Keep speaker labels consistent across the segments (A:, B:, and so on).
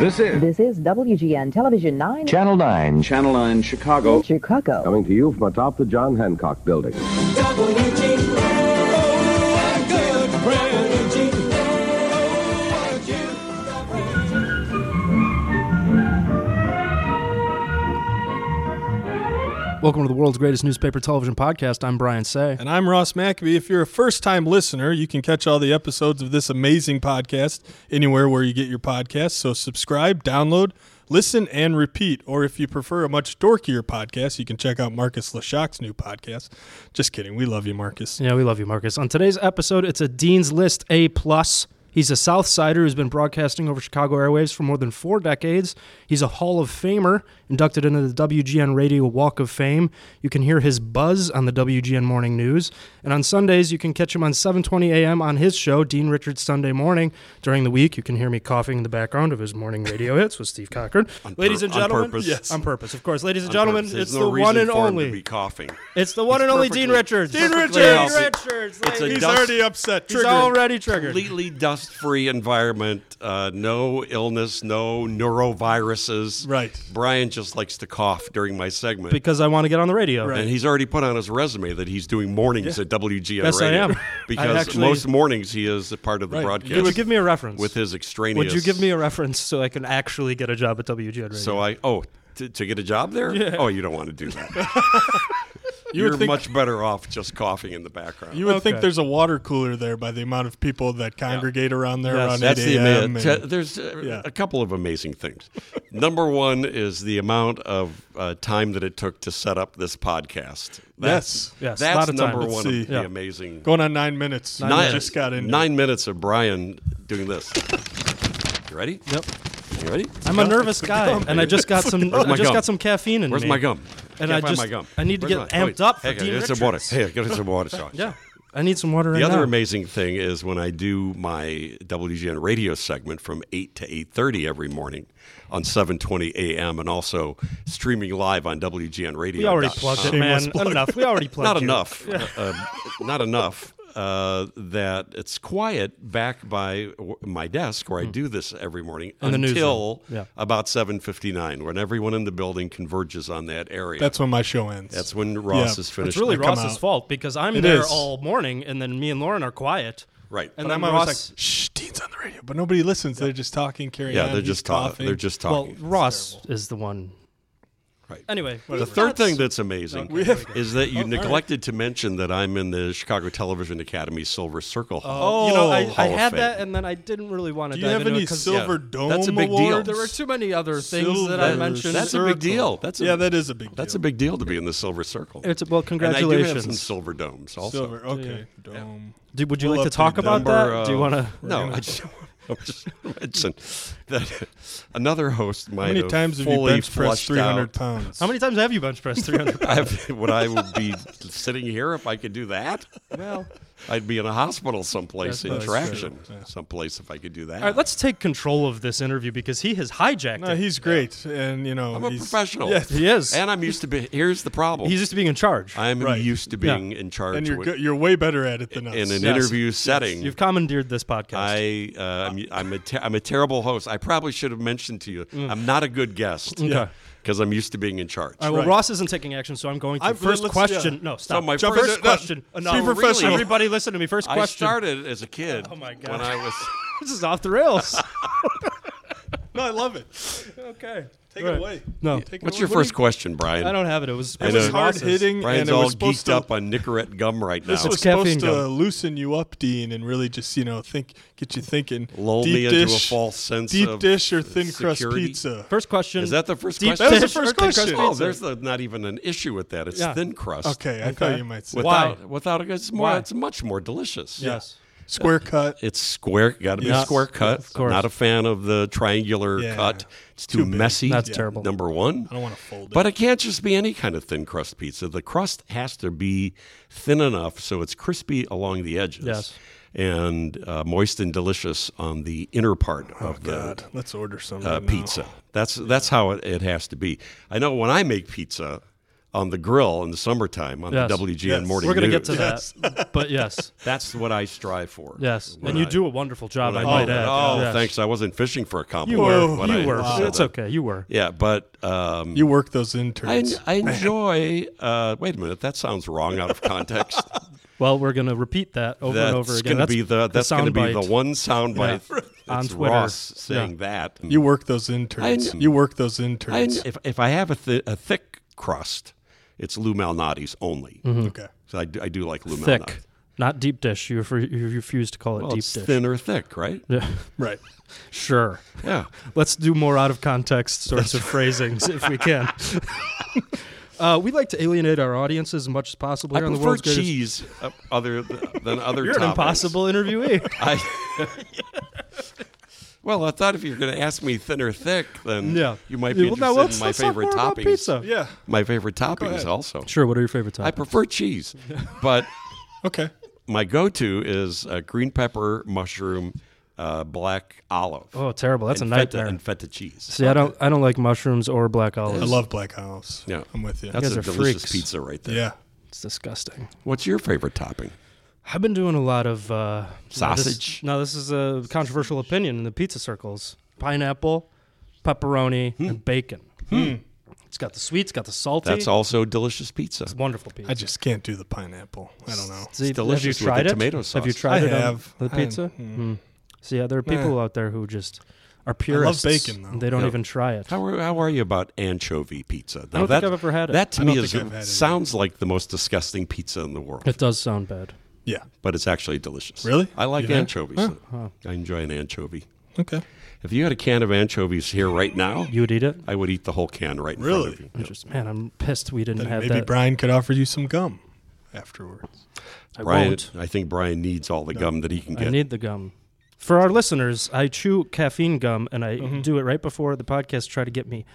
A: This is
B: This is WGN Television 9,
A: Channel 9, Channel 9, Chicago.
B: Chicago.
A: Coming to you from atop the John Hancock building.
C: Welcome to the world's greatest newspaper television podcast. I'm Brian Say.
D: And I'm Ross Mackeby. If you're a first time listener, you can catch all the episodes of this amazing podcast anywhere where you get your podcasts. So subscribe, download, listen, and repeat. Or if you prefer a much dorkier podcast, you can check out Marcus Lashok's new podcast. Just kidding. We love you, Marcus.
C: Yeah, we love you, Marcus. On today's episode, it's a Dean's List A plus. He's a South Sider who's been broadcasting over Chicago airwaves for more than four decades. He's a Hall of Famer, inducted into the WGN Radio Walk of Fame. You can hear his buzz on the WGN Morning News, and on Sundays you can catch him on 7:20 a.m. on his show, Dean Richards Sunday Morning. During the week, you can hear me coughing in the background of his morning radio hits with Steve Cochran. Ladies and
E: on
C: gentlemen,
E: purpose.
C: yes, on purpose, of course. Ladies and
E: on
C: gentlemen,
E: purpose. There's
C: it's
E: no
C: the one
E: reason
C: and
E: for him
C: only.
E: to be coughing.
C: It's the one and only Dean Richards. Dean
E: perfectly
C: Richards.
E: healthy.
C: Richards.
E: It's a
C: ladies.
D: He's
E: dust-
D: already upset.
C: He's
D: Triggered.
C: already triggered.
E: Completely dust-free environment, uh, no illness, no neuroviruses.
D: Right.
E: Brian just likes to cough during my segment,
C: Because I want to get on the radio.
E: and he's already put on his resume that he's doing mornings at WGN
C: Yes, I
E: Radio.
C: am. I
E: Because
C: actually-
E: most mornings he is a part of the broadcast.
C: You would give me a reference.
E: with his
C: Would
E: extraneous.
C: you give me a reference so I can actually get a job at WGN Radio?
E: So I oh to, to get a job there? Oh, you don't want to do that.
D: You
E: You're
D: would think-
E: much better off just coughing in the background.
D: You would
C: Okay.
D: think there's a water cooler there by the amount of people that congregate around there
C: Yes.
D: around
E: That's
D: 8
E: the
D: a.m.
E: ama-
D: and-
E: te- there's uh,
D: Yeah.
E: a couple of amazing things. Number one is the amount of uh, time that it took to set up this podcast. That's,
D: Yes.
C: Yes, a
E: that's
C: lot of time.
E: number
C: Let's
E: one
D: see.
E: of
C: Yeah.
E: the amazing.
D: going on nine minutes.
E: nine,
D: We just got in.
E: nine minutes of Brian doing this. You ready?
C: Yep.
E: You ready?
C: I'm a nervous guy, and I just got some.
E: Where's
C: I
E: my
C: just
E: gum?
C: got some caffeine in
E: Where's
C: me.
E: my gum?
C: And
E: Can't
C: I
E: find
C: just-
E: my gum.
C: I need to
E: Where's
C: get
E: my-
C: amped up for
E: Hey,
C: Dean
E: get some water.
C: Richards.
E: Hey, get some water. Sorry.
C: Yeah, I need some water.
E: The
C: right
E: other
C: now.
E: amazing thing is when I do my WGN radio segment from eight to eight thirty every morning on seven twenty a.m. and also streaming live on WGN Radio.
C: We already plugged it, man. Enough. We already plugged.
E: Not
C: you.
E: enough. Uh, not enough. Uh, that it's quiet back by w- my desk where I do this every morning
C: Hmm. In the newsroom.
E: until
C: Yeah.
E: about seven fifty nine, when everyone in the building converges on that area.
D: That's when my show ends.
E: That's when Ross
D: Yeah.
E: is finished.
C: It's really
D: I come
C: Ross's
D: out.
C: fault because I'm
D: It
C: there
D: is.
C: all morning, and then me and Lauren are quiet.
E: Right.
C: And
E: But
C: then
D: I'm always
C: Ross.
D: like, shh, Dean's on the radio, but nobody listens. They're just talking, carrying
E: yeah,
D: on.
E: they're
D: He's
E: just talking.
D: coughing.
E: They're just
C: well,
E: talking.
C: Ross is the one.
E: Right.
C: Anyway,
E: The third thing that's amazing is that you neglected to mention that I'm in the Chicago Television Academy Silver Circle Hall.
C: Oh, you know, I,
E: Oh, Hall
C: I
E: of
C: had
E: Fame.
C: that, and then I didn't really want to
D: Do you
C: dive
D: have
C: into
D: any
C: it 'cause-
D: silver dome
E: that's a big deal.
D: awards?
C: There were too many other things that I
D: Silver
C: mentioned.
E: That's a big deal. That's a,
D: yeah, that is a big.
E: that's a
D: deal.
E: big deal to be in the Silver Circle.
C: It's- well,
E: And I do have some
C: congratulations.
E: silver domes also.
D: silver. Okay, dome.
C: Do- would you
D: We'll
C: like to
D: update
C: talk
D: that.
C: about that?
E: Number,
C: Do you
E: uh,
C: want to?
E: No, I just, I just wanna mention that another host
D: How
E: might
D: many
E: have
D: times have you
E: fully
D: bench pressed
E: flushed
D: 300
E: out
D: pounds?
C: How many times have you bench pressed 300?
E: I have, would I would be sitting here if I could do that? Well, I'd be in a hospital someplace in
D: That's true.
E: traction,
D: Yeah.
E: someplace if I could do that.
C: All right, let's take control of this interview because he has hijacked
D: No,
C: it.
D: he's great, and you know
E: I'm a
D: he's,
E: professional.
D: Yeah,
C: He is.
E: and I'm used to be. Here's the problem.
C: he's used to being in charge.
E: I'm
D: Right.
E: used to
C: Yeah.
E: being in charge
D: and you're
E: with-
D: good, you're way better at it than us.
E: in
C: Yes.
E: an interview setting.
C: You've commandeered this podcast.
E: I uh, I'm, I'm a ter- I'm a terrible host. I probably should have mentioned to you.
D: Mm.
E: I'm not a good guest.
C: Yeah.
E: Because I'm used to being in charge.
C: All right, well,
D: Right.
C: Ross isn't taking action, so I'm going to
D: I'm-
C: first
D: let's-
C: question.
D: yeah.
C: No, stop.
E: my
C: first,
E: first- no, no,
C: question.
E: be
C: No, really.
E: professional.
C: Everybody, listen to me. First
E: I
C: question.
E: started as a kid. Oh
C: my God.
E: When I was
C: This is off the rails.
D: no, I love it.
C: okay.
D: Take
C: Right.
D: it away.
C: No.
D: Take it
E: What's
D: away.
E: your
D: What do
E: first question, Brian?
C: I don't have it. It was, it
E: know.
C: was
E: It's
D: hard
C: Ross's.
D: hitting,
E: Brian's
D: and it
E: all
D: was supposed
E: geeked
D: to
E: up on Nicorette gum right now.
D: This was
C: caffeine
D: supposed to
C: gum.
D: loosen you up, Dean, and really just you know think, get you thinking.
E: Lull
D: deep
E: me into a
D: dish,
E: false sense
D: deep
E: of
D: dish or thin crust
E: security.
D: pizza.
C: First question.
E: Is that the first
C: Deep
E: question?
D: That was the
C: dish
D: first
C: or thin crust
D: question.
E: Oh,
C: pizza?
E: there's the, not even an issue with that. It's
C: Yeah.
E: thin crust.
D: Okay, I thought you might say
E: Without,
C: Why?
E: Without it's more,
C: Why?
E: it's much more delicious.
C: Yes.
D: Square cut.
E: It's square. Got to be
D: Yeah.
E: a square cut.
C: Of course.
E: Not a fan of the triangular
D: Yeah.
E: cut. It's too, messy.
C: That's Yeah. terrible.
E: Number one.
D: I don't want to fold it.
E: But it can't just be any kind of thin crust pizza. The crust has to be thin enough so it's crispy along the edges.
C: Yes.
E: And uh, moist and delicious on the inner part
C: Oh,
E: of the
D: God, let's order some
E: uh,
D: right now.
E: pizza. That's that's how it, it has to be. I know when I make pizza on the grill in the summertime on
C: Yes.
E: the WGN
D: Yes.
E: morning
C: We're going to get
E: news,
C: to that. But yes.
E: That's what I strive for.
C: Yes.
E: When
C: and you
E: I-
C: do a wonderful job, I
E: when
C: might
E: do
C: add.
E: that. Oh,
C: Yes.
E: thanks. I wasn't fishing for a
C: You
E: compliment.
C: were.
E: when I
C: you were.
E: said
C: It's
E: that.
C: okay. You were.
E: Yeah, but um,
D: You work those
E: I,
D: interns.
E: I enjoy. Uh, wait a minute, that sounds wrong out of context.
C: Well, we're going to repeat that over
E: that's
C: and over again.
E: gonna be the that's gonna be the one soundbite.
C: Yeah. On
E: It's
C: Twitter.
E: Ross saying
C: Yeah.
E: that.
D: you work those interns.
E: I-
D: you work those
E: I,
D: interns.
E: if if I have a, th- a thick crust, it's Lou Malnati's only.
D: okay.
E: So I, do- I do like Lou Malnati.
C: Mm-hmm. Thick. Not deep dish. You, refer, you refuse to call it
E: Well,
C: deep
E: it's
C: dish.
E: thin or thick, right?
C: Yeah.
D: Right.
C: Sure.
E: Yeah.
C: Let's do more out of context sorts of phrasings if we can. uh, we like to alienate our audience as much as possible
E: I
C: here on the
E: prefer
C: world's greatest.
E: cheese uh, other th- than other.
C: You're an
E: toppings.
C: impossible interviewee.
E: I, well, I thought if you're going to ask me thin or thick, then
C: Yeah.
E: you might be
C: Well,
E: interested
C: now let's-
E: in my
C: let's talk
E: favorite
C: more about
E: toppings.
C: pizza.
D: Yeah.
E: My favorite toppings
D: ahead.
E: also.
C: Sure. What are your favorite
E: I
C: topics?
E: prefer cheese, but
D: Okay.
E: my go-to is uh, green pepper, mushroom, uh, black olive.
C: Oh, terrible. That's
E: and
C: a
E: feta,
C: nightmare.
E: And feta cheese.
C: See, I don't, I don't like mushrooms or black olives.
D: I love Black House.
E: Yeah.
D: I'm with you.
E: That's
C: guys
E: a
C: are
E: delicious
C: freaks.
E: pizza right there.
D: yeah.
C: It's disgusting.
E: What's your favorite topping?
C: I've been doing a lot of uh,
E: Sausage.
C: Now this, no, this is a controversial opinion in the pizza circles: pineapple, pepperoni,
E: Hmm.
C: and bacon. It's got the sweet. It's got the salty.
E: That's also delicious pizza.
C: It's wonderful pizza.
D: I just can't do the pineapple. I don't know.
C: See,
E: delicious with
C: have you
E: the
C: tried it?
E: tomato sauce.
C: Have you tried
D: I
C: it on
D: have.
C: the
D: I- Mm.
C: pizza? Hmm. See, yeah, there are people out there who just are purists.
D: bacon, though.
C: and They don't
E: Yeah.
C: even try it.
E: How are, how are you about anchovy pizza? Now,
C: don't think I've ever had it.
E: That to
D: I
E: me
D: don't
E: is,
D: think I've had it
E: sounds like the most disgusting pizza in the world.
C: It does sound bad.
D: Yeah.
E: but it's actually delicious.
D: Really?
E: I like
D: Yeah.
E: anchovies. I enjoy an anchovy.
D: Okay.
E: If you had a can of anchovies here right now,
C: You would eat it?
E: I would eat the whole can right in front
D: Really?
E: of you.
C: I just, man, I'm pissed we didn't
D: Then
C: have
D: maybe
C: that.
D: Brian could offer you some gum afterwards.
C: I
E: Brian,
C: won't.
E: I think Brian needs all the gum that he can
C: I
E: get.
C: need the gum. For our listeners, I chew caffeine gum and I
E: Mm-hmm.
C: do it right before the podcast to try to get me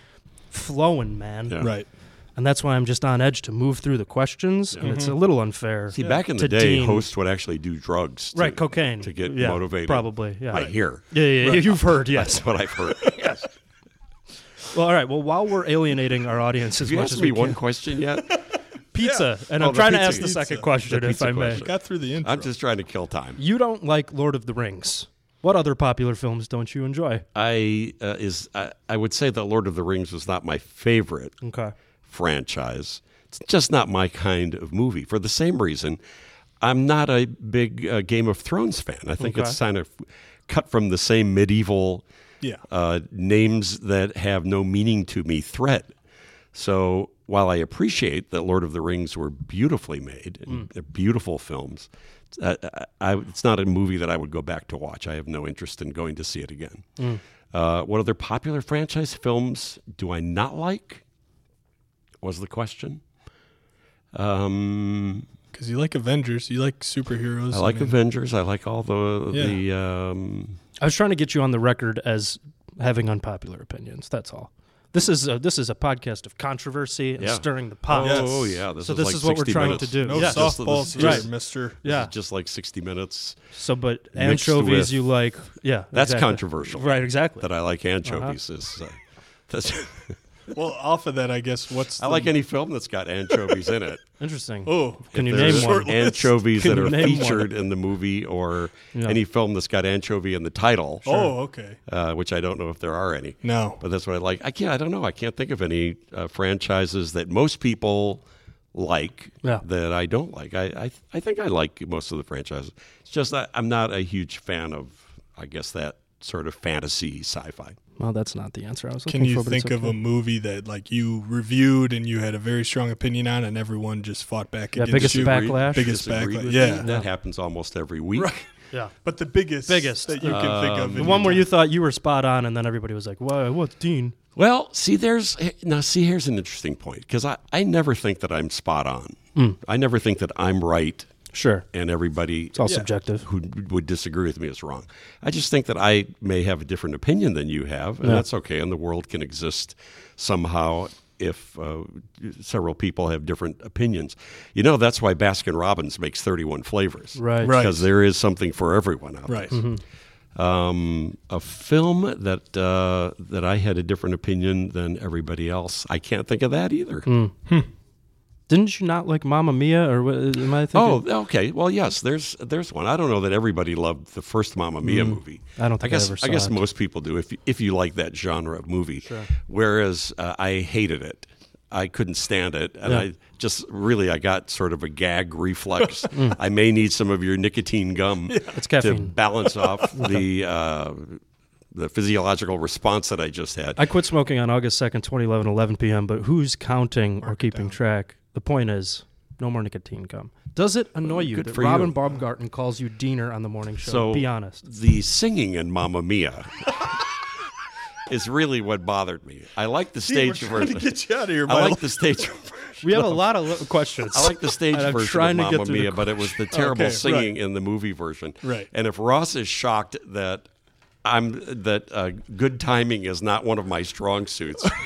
C: flowing, man.
E: Yeah.
D: Right.
C: And that's why I'm just on edge to move through the questions. And it's a little unfair.
E: See, back in
C: to
E: the day,
C: Dean.
E: hosts would actually do drugs, to,
C: right, cocaine.
E: to get
C: Yeah,
E: motivated.
C: Probably, yeah.
E: I hear.
C: Yeah, yeah, yeah, you've heard, yes.
E: That's what I've heard. yes.
C: Well, all right. Well, while we're alienating our audience as
E: Have you
C: much
E: asked
C: as
E: me
C: we
E: one
C: can,
E: question yet?
C: pizza, and
E: Oh,
C: I'm
E: the
C: trying to
E: pizza.
C: ask the
E: Pizza.
C: second question,
E: The
C: if
E: pizza
C: I may.
E: question.
D: Got through the intro.
E: I'm just trying to kill time.
C: You don't like Lord of the Rings. What other popular films don't you enjoy?
E: I uh, is I, I would say that Lord of the Rings was not my favorite
C: Okay.
E: franchise. It's just not my kind of movie. For the same reason, I'm not a big uh, Game of Thrones fan. I think
C: Okay.
E: it's kind of cut from the same medieval
D: Yeah.
E: uh, names that have no meaning to me thread. So while I appreciate that Lord of the Rings were beautifully made, and they're beautiful films, uh, I, I, it's not a movie that I would go back to watch. I have no interest in going to see it again. Uh, what other popular franchise films do I not like? Was the question. Um,
D: Because you like Avengers, you like superheroes.
E: I like
D: mean,
E: Avengers. I like all the
D: Yeah.
E: the. Um,
C: I was trying to get you on the record as having unpopular opinions. That's all. This is a, this is a podcast of controversy and
E: Yeah.
C: stirring the pot.
D: Yes.
E: Oh yeah, this
C: So
E: is
C: this
E: like
C: is what we're
E: 60
C: trying
E: minutes.
C: to do.
D: No
C: Yeah.
E: Just-
D: softballs
E: this
D: here,
C: is-
D: Mister.
C: Yeah.
E: It's just like 60 minutes
C: So, but
E: Mixed
C: anchovies
E: with-
C: you like? Yeah.
E: That's
C: exactly.
E: controversial.
C: Right. Exactly.
E: that I like anchovies
C: Uh-huh.
E: is. Uh, that's,
D: Well, off of that, I guess what's
E: I
D: the-
E: like any film that's got anchovies in it.
C: Interesting.
D: Oh,
C: Can you
E: If there's
C: name one?
E: Anchovies
C: Can
E: that
C: you
E: are
C: name one?
E: featured in the movie, or any film that's got anchovy in the title.
D: oh, okay.
E: uh, which I don't know if there are any.
D: No.
E: but that's what I like. I can't. I don't know. I can't think of any uh, franchises that most people like
C: Yeah.
E: that I don't like. I I, I think I like most of the franchises. It's just that I'm not a huge fan of. I guess that sort of fantasy sci-fi.
C: Well, that's not the answer I was looking
D: Can you
C: for. but it's
D: think of
C: okay.
D: a movie that like you reviewed and you had a very strong opinion on, and everyone just fought back
C: Yeah,
D: against
C: biggest
D: you?
C: back- Backlash?
D: Biggest
E: Disagree
D: backlash,
E: with
D: yeah.
E: me? that happens almost every week.
C: Yeah.
D: But the biggest,
C: Biggest. Um,
D: that you can think of,
C: The one where you thought you were spot on, and then everybody was like, "Whoa, what, Dean?"
E: Well, see, there's now. See,
C: Hmm.
E: here's an interesting point because I, I never think that I'm spot on. I never think that I'm right
C: Sure.
E: and everybody
C: It's all subjective.
E: who would disagree with me is wrong. I just think that I may have a different opinion than you have, and that's okay. And the world can exist somehow if uh, several people have different opinions. You know, that's why Baskin Robbins makes 31 flavors.
C: Right.
D: Right.
E: Because there is something for everyone out
D: Right.
E: there. Um, a film that uh, that I had a different opinion than everybody else. I can't think of that either.
C: Didn't you not like Mamma Mia or what, am I thinking?
E: Oh, okay. Well, yes, there's there's one. I don't know that everybody loved the first Mamma Mia movie.
C: Mm. I don't think I
E: guess
C: ever saw
E: guess
C: it.
E: most people do if if you like that genre of movie. Whereas uh, I hated it. I couldn't stand it, and
C: Yeah.
E: I just really I got sort of a gag reflex. I may need some of your nicotine gum
C: Mm. It's
E: to
C: caffeine.
E: balance off the uh, the physiological response that I just had.
C: I quit smoking on August 2nd, 2011, 11 p.m., but who's counting or keeping track? The point is, no more nicotine gum. Does it annoy you
E: Good
C: that
E: for
C: Robin
E: you.
C: Baumgarten calls you Diener on the morning show?
E: So
C: Be honest.
E: The singing in Mamma Mia is really what bothered me. I like the stage
D: trying to
E: version.
D: get you out of here,
E: I
D: Milo.
E: like the stage.
C: We have a lot of li- questions.
E: I like the stage
C: And I'm
E: version
C: trying
E: of
C: to get
E: Mamma
C: through the
E: Mia, but it was the terrible
D: Okay, right.
E: singing in the movie version.
D: Right.
E: And if Ross is shocked that I'm that uh, good timing is not one of my strong suits.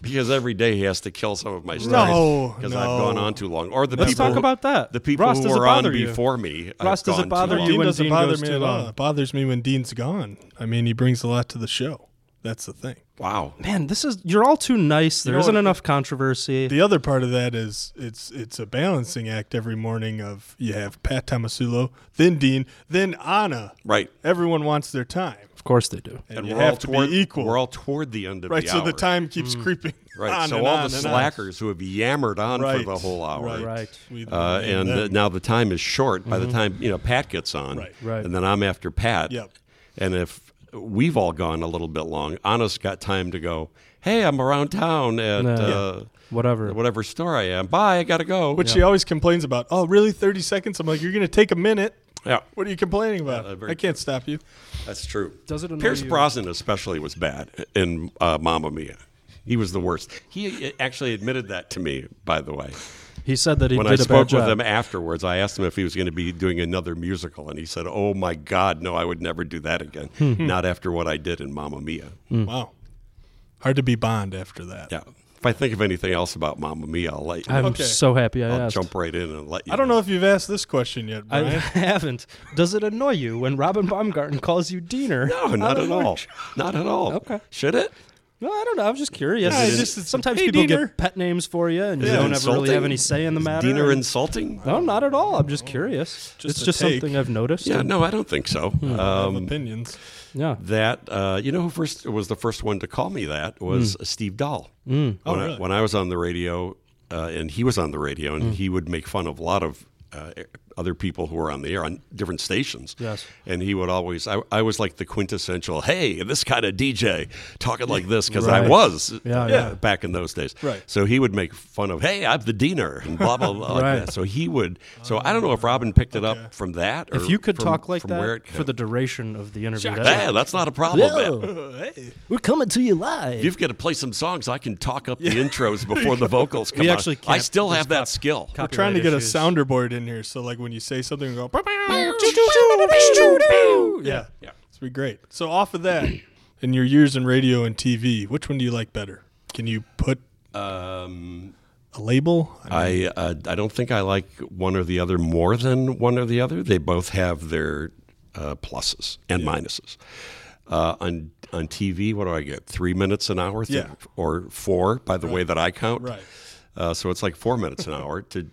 E: Because every day he has to kill some of my stories
D: No,
E: because
D: no.
E: I've gone on too long. Or the
C: Let's
E: people
C: talk
E: who-
C: about that.
E: The people
C: Ross,
E: who
C: does it
E: were on
C: bother you?
E: before me. I've
C: Ross, does it
E: gone too
C: bother
E: long.
C: you
D: Dean
C: when
D: doesn't
C: Dean
D: bother
C: goes
D: me
C: too
D: at all.
C: long.
D: It bothers me when Dean's gone. I mean, he brings a lot to the show. That's the thing.
E: Wow.
C: Man, this is you're all too nice. There
D: know
C: not
D: what?
C: enough controversy.
D: The other part of that is it's it's a balancing act every morning of you have Pat Tomasulo, then Dean, then Anna.
E: Right.
D: Everyone wants their time.
C: of course they do.
D: And, you have to
E: toward-
D: be equal.
E: We're all toward the end of
D: right,
E: the
D: so
E: hour.
D: the time keeps creeping.
E: Right.
D: on
E: so
D: and
E: all
D: on
E: the
D: and on.
E: slackers who have yammered on
D: right.
E: for the whole hour.
D: Right.
C: Right.
D: We-
E: Uh, and uh,
D: them.
E: now the time is short. By the time you know Pat gets on,
D: Right.
C: Right.
E: and then I'm after Pat.
D: Yep.
E: And if we've all gone a little bit long, Anna's got time to go. Hey, I'm around town at
C: Yeah.
E: uh,
C: Whatever.
E: whatever store I am. Bye, I gotta go.
D: Which she always complains about. Oh, really? 30 seconds? I'm like, you're going to take a minute.
E: yeah,
D: What are you complaining about?
E: uh, very
D: I can't stop you.
E: that's true.
C: Does it annoy
E: Pierce
C: you-
E: Brosnan especially was bad in uh, Mamma Mia. He was the worst. He uh, actually admitted that to me, by the way.
C: He said that he
E: when
C: did
E: I
C: a
E: spoke
C: bad
E: with
C: job.
E: him afterwards, I asked him if he was going to be doing another musical, and he said, "Oh my God, no! I would never do that again.
C: Hmm.
E: Not after what I did in Mamma Mia."
D: Wow. Hard to be Bond after that.
E: Yeah. If I think of anything else about Mamma Mia, I'll let you.
C: I'm
E: know.
D: Okay.
C: so happy I
E: I'll
C: asked.
E: jump right in and let you.
D: I don't know if you've asked this question yet,
C: I
D: Brian.
C: haven't. Does it annoy you when Robin Baumgarten calls you Diener?
E: No, not at all. Not at all.
C: Okay.
E: Should it?
C: No, I don't know. I'm just curious.
D: Yeah,
C: It's
D: it's just-
C: sometimes
D: hey,
C: people
D: Diener.
C: get pet names for you, and you
E: Is it
C: don't ever really
E: insulting?
C: have any say in the
E: Is
C: matter. Uh,
E: Diener
C: and-
E: insulting? Oh.
C: no, not at all. I'm just curious. it's
D: a
C: just
D: take.
C: something I've noticed.
E: Yeah,
C: and-
E: no, I don't think so.
C: Hmm.
E: Um,
D: Opinions.
C: yeah.
E: that uh, you know who first was the first one to call me that was Steve Dahl. Mm.
D: Oh,
E: When, I,
D: really?
E: when I was on the radio, uh, and he was on the radio,
C: Mm.
E: and he would make fun of a lot of uh, other people who were on the air on different stations.
C: Yes.
E: and he would always. I, I was like the quintessential, hey, this kind of DJ talking like this because I
C: Right.
E: was
C: Yeah,
E: uh,
C: yeah.
E: back in those days.
D: Right.
E: So he would make fun of, hey, I'm the diener and blah blah blah.
C: Right. Oh,
E: like that. So he would. So I don't know if Robin picked it up from that. Or
C: If you could
E: from-
C: talk like
E: from where
C: that
E: it
C: for the duration of the interview, that-
E: Hey, that's not a problem. man.
C: we're coming to you live.
E: You've got to play some songs. I can talk up the intros before the vocals come
C: We
E: on.
C: actually
E: I
C: can't.
E: still have that
C: Copy-
E: skill.
C: copy-
D: We're trying to
C: Copyright
D: get
C: issues.
D: a sounder board in here, so like when you say something, we go. yeah,
E: Yeah.
D: it'd be great. So off of that, in your years in radio and TV, which one do you like better? Can you put
E: Um,
D: a label?
E: I uh, I don't think I like one or the other more than one or the other. They both have their uh, pluses and minuses. Uh, on on TV, what do I get? Three minutes an hour, Th-
D: Yeah.
E: or four by the way that I count.
D: Right.
E: Uh, so it's like four minutes an hour to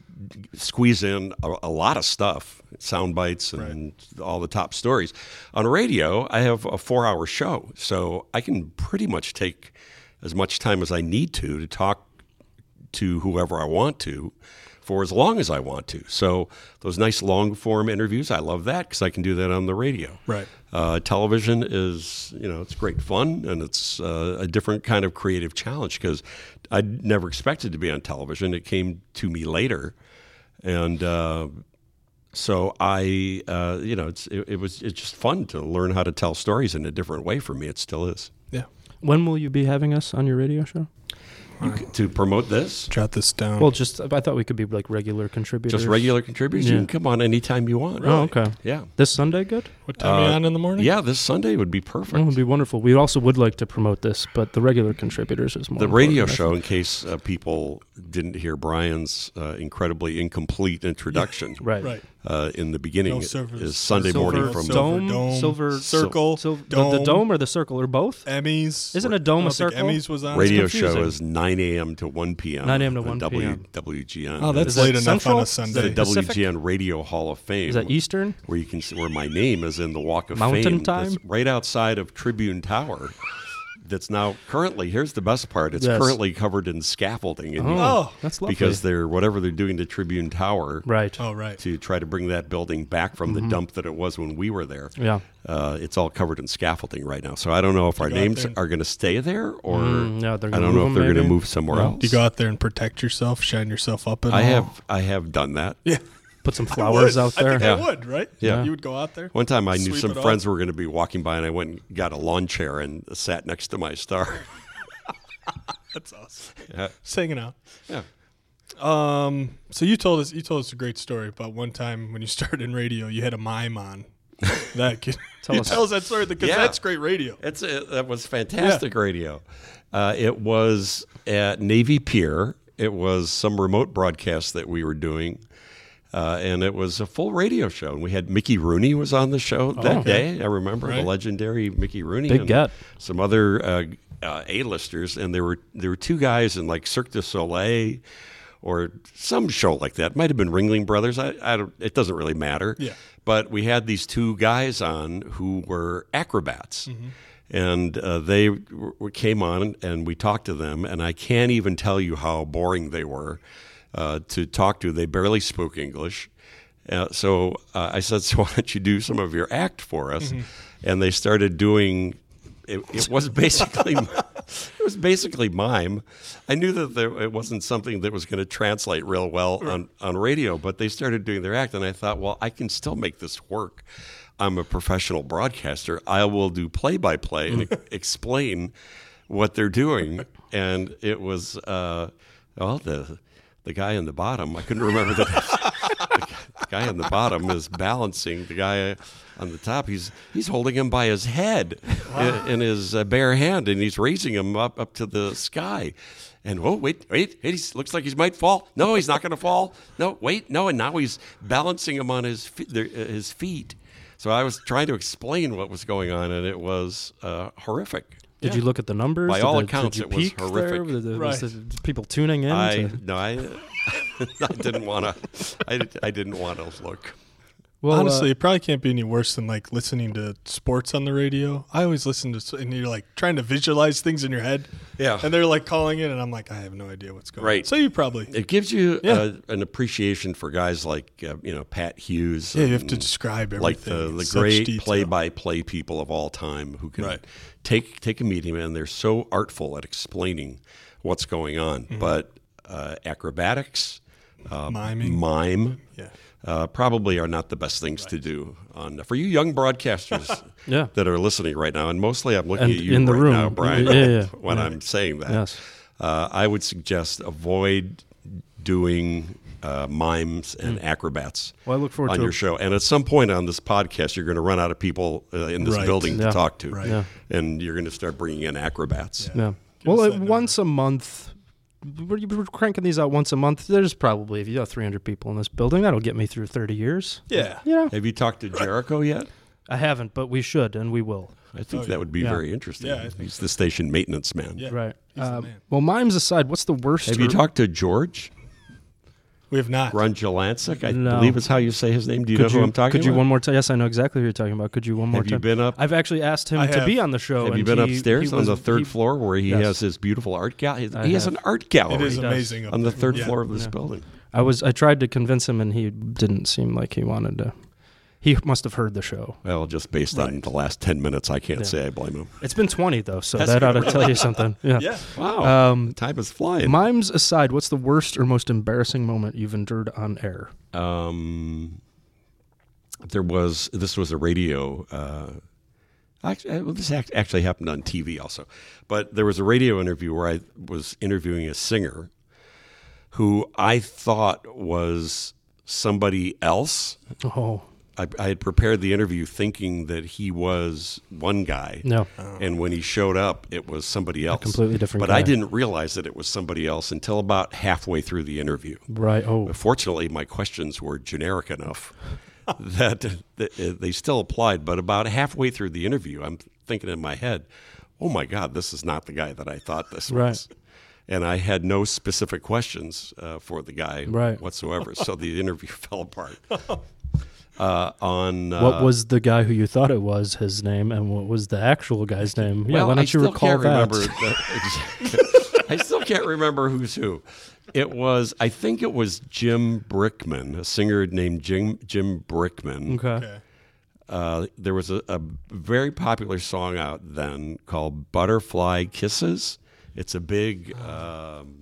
E: squeeze in a, a lot of stuff, sound bites and all the top stories. On radio, I have a four-hour show, so I can pretty much take as much time as I need to to talk to whoever I want to for as long as I want to. So those nice long form interviews, I love that because I can do that on the radio.
D: Right.
E: Uh, television is, you know, it's great fun and it's uh, a different kind of creative challenge because I never expected to be on television. It came to me later, and uh, so I, uh, you know, it's it, it was it's just fun to learn how to tell stories in a different way for me. It still is.
D: yeah.
C: When will you be having us on your radio show?
E: You c- to promote this?
D: Jot this down.
C: Well, just I thought we could be like regular contributors.
E: Just regular contributors?
C: Yeah.
E: You can come on anytime you want.
C: Oh, okay.
E: Yeah.
C: This Sunday, good.
D: what time are you on in the morning?
E: uh, Yeah, this Sunday would be
C: That
E: perfect.
C: would be wonderful. We also would like to promote this, but the regular contributors is more
E: the radio
C: important.
E: show, in case uh, people didn't hear Brian's uh, incredibly incomplete introduction
C: Right.
D: Right.
E: uh, in the beginning,
D: No servers.
E: is Sunday
D: Silver-
E: morning from
C: Dome.
D: silver
C: Silver-
D: circle,
C: So
D: dome,
C: the, the dome or the circle or both?
D: Emmys.
C: Isn't a dome
D: I don't
C: a
D: think
C: circle?
D: Emmys was on.
E: radio
C: confusing.
E: show is 9 a.m. to 1 p.m.
C: 9 a.m. to
E: on
C: 1 p.m.
E: WGN.
D: Oh, that's
C: that
D: late enough
C: Central?
D: on a
C: Is that
D: Sunday.
E: the
C: Pacific?
E: WGN Radio Hall of Fame.
C: Is that Eastern?
E: Where you can see where my name is in the Walk of
C: Mountain
E: Fame.
C: time?
E: that's right outside of Tribune Tower. That's now currently. Here's the best part. It's
C: Yes.
E: currently covered in scaffolding. And
D: Oh,
C: that's lovely.
E: Because they're whatever they're doing to Tribune Tower.
C: Right. Mm-hmm.
D: Oh, right.
E: To try to bring that building back from the dump that it was when we were there.
C: Yeah.
E: Uh, it's all covered in scaffolding right now. So I don't know if our
D: go out
E: names
D: there?
E: are going to stay there or
C: Mm, yeah, they're
E: I
C: gonna
E: don't
C: move
E: know if
C: 'em
E: they're going to
C: maybe.
E: move somewhere
C: Well,
E: else.
D: Do you go out there and protect yourself, shine yourself up, and
E: I
D: all?
E: have I have done that.
D: Yeah,
C: Put some
D: I
C: flowers
D: would.
C: out there.
D: I, think I
E: Yeah.
D: would, right?
E: Yeah.
D: you would go out there.
E: One time I knew
D: sweep
E: some
D: it off.
E: friends were going to be walking by and I went and got a lawn chair and sat next to my star.
D: That's awesome.
E: Yeah.
D: Just hanging out.
E: yeah.
D: Um, so you told us you told us a great story about one time when you started in radio, you had a mime on. That kid,
C: Tell
D: you
C: us.
D: tell us that story because
E: Yeah.
D: that's great radio.
E: It's it, that was fantastic radio. Uh, it was at Navy Pier. It was some remote broadcast that we were doing, uh, and it was a full radio show. And we had Mickey Rooney was on the show that day. I remember
D: Oh,
E: the
D: Right.
E: legendary Mickey Rooney,
C: Big
E: and
C: get.
E: some other uh, uh, A-listers, and there were there were two guys in like Cirque du Soleil. Or some show like that might have been Ringling Brothers. I, I don't. It doesn't really matter
D: Yeah.
E: but we had these two guys on who were acrobats. And uh, they w- w- came on and we talked to them, and I can't even tell you how boring they were uh, to talk to. They barely spoke English. Uh, so uh, I said, So why don't you do some of your act for us? And they started doing it, it was basically it was basically mime. I knew that there, it wasn't something that was going to translate real well on, on radio, but they started doing their act, and I thought, well, I can still make this work. I'm a professional broadcaster. I will do play by play and e-, explain what they're doing. And it was uh, well the the guy in the bottom. I couldn't remember the. The guy on the bottom is balancing the guy on the top. He's he's holding him by his head in, in his uh, bare hand, and he's raising him up up to the sky. And oh wait, wait, it he's, looks like he might fall. No, he's not going to fall. No, wait, no, and now he's balancing him on his fe- their, uh, his feet. So I was trying to explain what was going on, and it was uh, horrific.
C: Did you look at the numbers?
E: By
C: Did
E: all
C: the-
E: accounts,
C: did you
E: it was
C: peek there?
E: horrific.
C: Did the- was
D: Right.
C: the people tuning in.
E: I
C: to-
E: no, I I didn't want to. I, I didn't want to look.
C: well, uh,
D: Honestly, it probably can't be any worse than like listening to sports on the radio. I always listen to s- and you're like trying to visualize things in your head.
E: Yeah.
D: and they're like calling in, and I'm like, I have no idea what's going. on.
E: Right.
D: So you probably
E: It gives you
D: Yeah.
E: uh, an appreciation for guys like uh, you know Pat Hughes.
D: yeah you have to
E: and
D: describe everything.
E: like the,
D: in
E: the
D: such
E: great
D: detail.
E: play-by-play people of all time who can
D: Right.
E: take take a medium and they're so artful at explaining what's going on.
D: Mm-hmm.
E: But uh, acrobatics, uh,
D: Miming.
E: mime,
D: Yeah.
E: uh, probably are not the best things to do on for you young broadcasters
C: Yeah.
E: that are listening right now. And mostly I'm looking
C: And
E: at you
C: in the
E: right
C: room.
E: now, Brian,
C: Yeah, yeah,
E: when I'm saying that.
C: Yes.
E: Uh, I would suggest avoid doing uh, mimes and acrobats
C: Hmm. Well, I look forward
E: on
C: to
E: your
C: a-
E: show. And at some point on this podcast, you're going to run out of people uh, in this
D: Right.
E: building
C: Yeah.
E: to talk to.
D: Right. Yeah.
E: And you're going to start bringing in acrobats.
C: yeah.
D: Give
C: Well,
D: us
C: uh,
D: that number.
C: once a month. We're, we're cranking these out once a month. There's probably if you have 300 people in this building, that'll get me through 30 years.
D: Yeah.
C: You know,
E: Have you talked to Jericho yet?
C: I haven't, but we should and we will.
E: I think that would be
C: Oh, Yeah.
E: very interesting.
D: Yeah, I think
E: He's the station maintenance man.
D: Yeah.
C: Right.
D: He's the
C: Uh,
D: man.
C: well, mimes aside, what's the worst?
E: Have you
C: or-
E: talked to George
D: We have not.
E: Grunjelancic? I
C: No.
E: believe is how you say his name. Do you know who I'm talking
C: could you
E: about?
C: one more time? Yes, I know exactly who you're talking about. Could you one more
E: Have you
C: time?
E: been up-
C: I've actually asked him
D: I
C: to be
D: have.
C: on the show.
E: Have
C: and
E: you been
C: he-
E: upstairs
C: he
E: on the
C: was-
E: third
C: he-
E: floor where he
C: Yes.
E: has his beautiful art gallery?
C: I
E: He has
C: have.
E: an art gallery
D: It is
C: Oh, does.
D: amazing. up
E: on the
D: there.
E: third
D: Yeah.
E: floor of this building.
C: I was. I tried to convince him, and he didn't seem like he wanted to. He must have heard the show.
E: Well, just based on the last 10 minutes, I can't say I blame him.
C: It's been 20 though, so that ought to tell you something. Yeah.
D: Yeah.
E: Wow. Um, time is flying.
C: Mimes aside, what's the worst or most embarrassing moment you've endured on air?
E: um, there was, this was a radio. Uh, Actually, well, this act actually happened on TV also, but there was a radio interview where I was interviewing a singer who I thought was somebody else.
C: Oh,
E: I, I had prepared the interview thinking that he was one guy.
C: No.
E: And when he showed up, it was somebody else.
C: Oh. completely different
E: But
C: guy.
E: I didn't realize that it was somebody else until about halfway through the interview.
C: right. Oh,
E: Fortunately, my questions were generic enough that that, uh, they still applied. But about halfway through the interview, I'm thinking in my head, oh my God, this is not the guy that I thought this
C: Right.
E: was. And I had no specific questions uh, for the guy
C: Right.
E: whatsoever. So the interview fell apart. Uh, on uh,
C: what was the guy who you thought it was his name, and what was the actual guy's name? yeah,
E: Well,
C: why don't
E: I
C: you
E: still
C: recall
E: can't
C: that?
E: remember the- I still can't remember who's who. It was, I think it was Jim Brickman, a singer named Jim Jim Brickman.
C: Okay.
E: Uh, there was a, a very popular song out then called "Butterfly Kisses." It's a big. Um,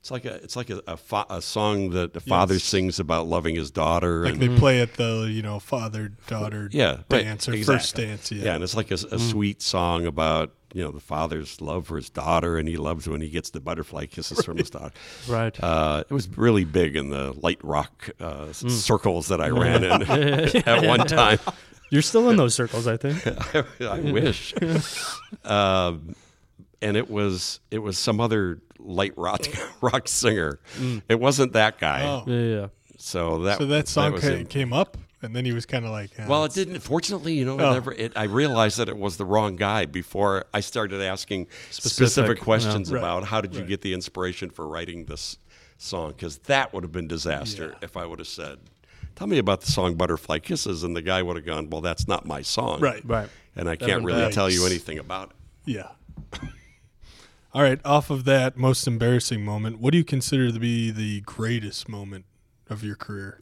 E: it's like a it's like a, a, fa- a song that the father
D: Yes.
E: sings about loving his daughter.
D: Like
E: and,
D: they play at the you know father daughter
E: mm-hmm. yeah, right,
D: dance or
E: exactly.
D: first dance. Yeah. Mm.
E: Yeah, and it's like a, a sweet song about you know the father's love for his daughter, and he loves when he gets the butterfly kisses from his daughter.
C: Right.
E: Uh, it was really big in the light rock uh,
D: Mm.
E: s- circles that I ran in at one time.
C: You're still in those circles, I think.
E: I wish. um, and it was it was some other light rock rock singer. It wasn't that guy.
D: Mm. Oh.
C: Yeah, yeah.
E: So that
D: So that song
E: was
D: ca-
E: it.
D: came up, and then he was kind of like, uh,
E: Well, it didn't. Fortunately, you know, it
D: Oh.
E: never, it, I realized that it was the wrong guy before I started asking specific,
C: Specific,
E: questions
C: yeah. Right,
E: about how did you get the inspiration for writing this song because that would have been disaster if I would have said, "Tell me about the song Butterfly Kisses," and the guy would have gone, "Well, that's not my song,"
D: Right.
C: Right.
E: And I can't really
D: bad.
E: tell you anything about it.
D: yeah. All right. Off of that most embarrassing moment, what do you consider to be the greatest moment of your career?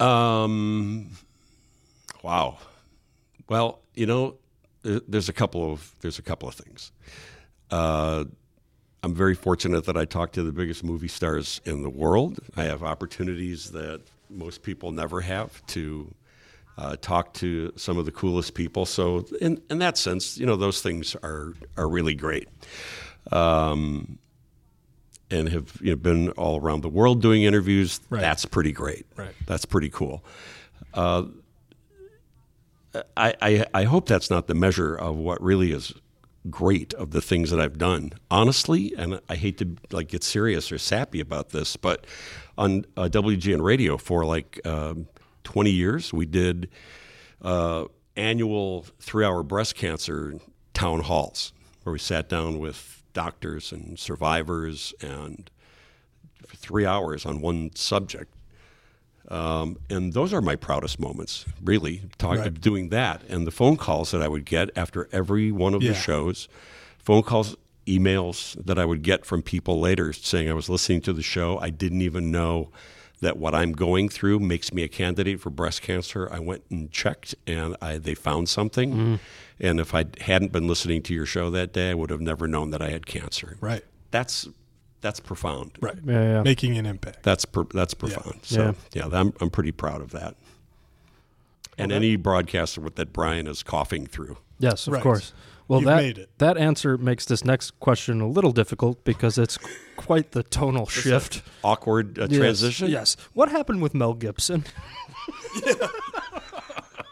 E: Um, wow. Well, you know, there- there's a couple of there's a couple of things. Uh, I'm very fortunate that I talk to the biggest movie stars in the world. I have opportunities that most people never have to uh, talk to some of the coolest people. So, in in that sense, you know, those things are are really great. Um, and have you know, been all around the world doing interviews. That's pretty great.
D: Right.
E: That's pretty cool. Uh, I, I, I hope that's not the measure of what really is great of the things that I've done. Honestly, and I hate to like get serious or sappy about this, but on uh, WGN radio for like um, 20 years, we did uh, annual three-hour breast cancer town halls where we sat down with doctors and survivors and for three hours on one subject Um, and those are my proudest moments, really, talk, doing that. And the phone calls that I would get after every one of
D: Yeah.
E: the shows, phone calls, emails that I would get from people later saying, I was listening to the show. I didn't even know that what I'm going through makes me a candidate for breast cancer. I went and checked, and I, they found something.
D: Mm-hmm.
E: And if I hadn't been listening to your show that day, I would have never known that I had cancer.
D: Right.
E: That's, that's profound.
D: Right.
C: yeah.
D: Making an impact.
E: That's per, that's profound. So yeah, I'm I'm pretty proud of that. And any broadcaster with that Brian is coughing through.
C: Yes, of
D: Right.
C: course. Well,
D: You've
C: that
D: made it.
C: that answer makes this next question a little difficult because it's qu- quite the tonal shift.
E: Awkward uh,
C: Yes,
E: transition.
C: Yes. What happened with Mel Gibson?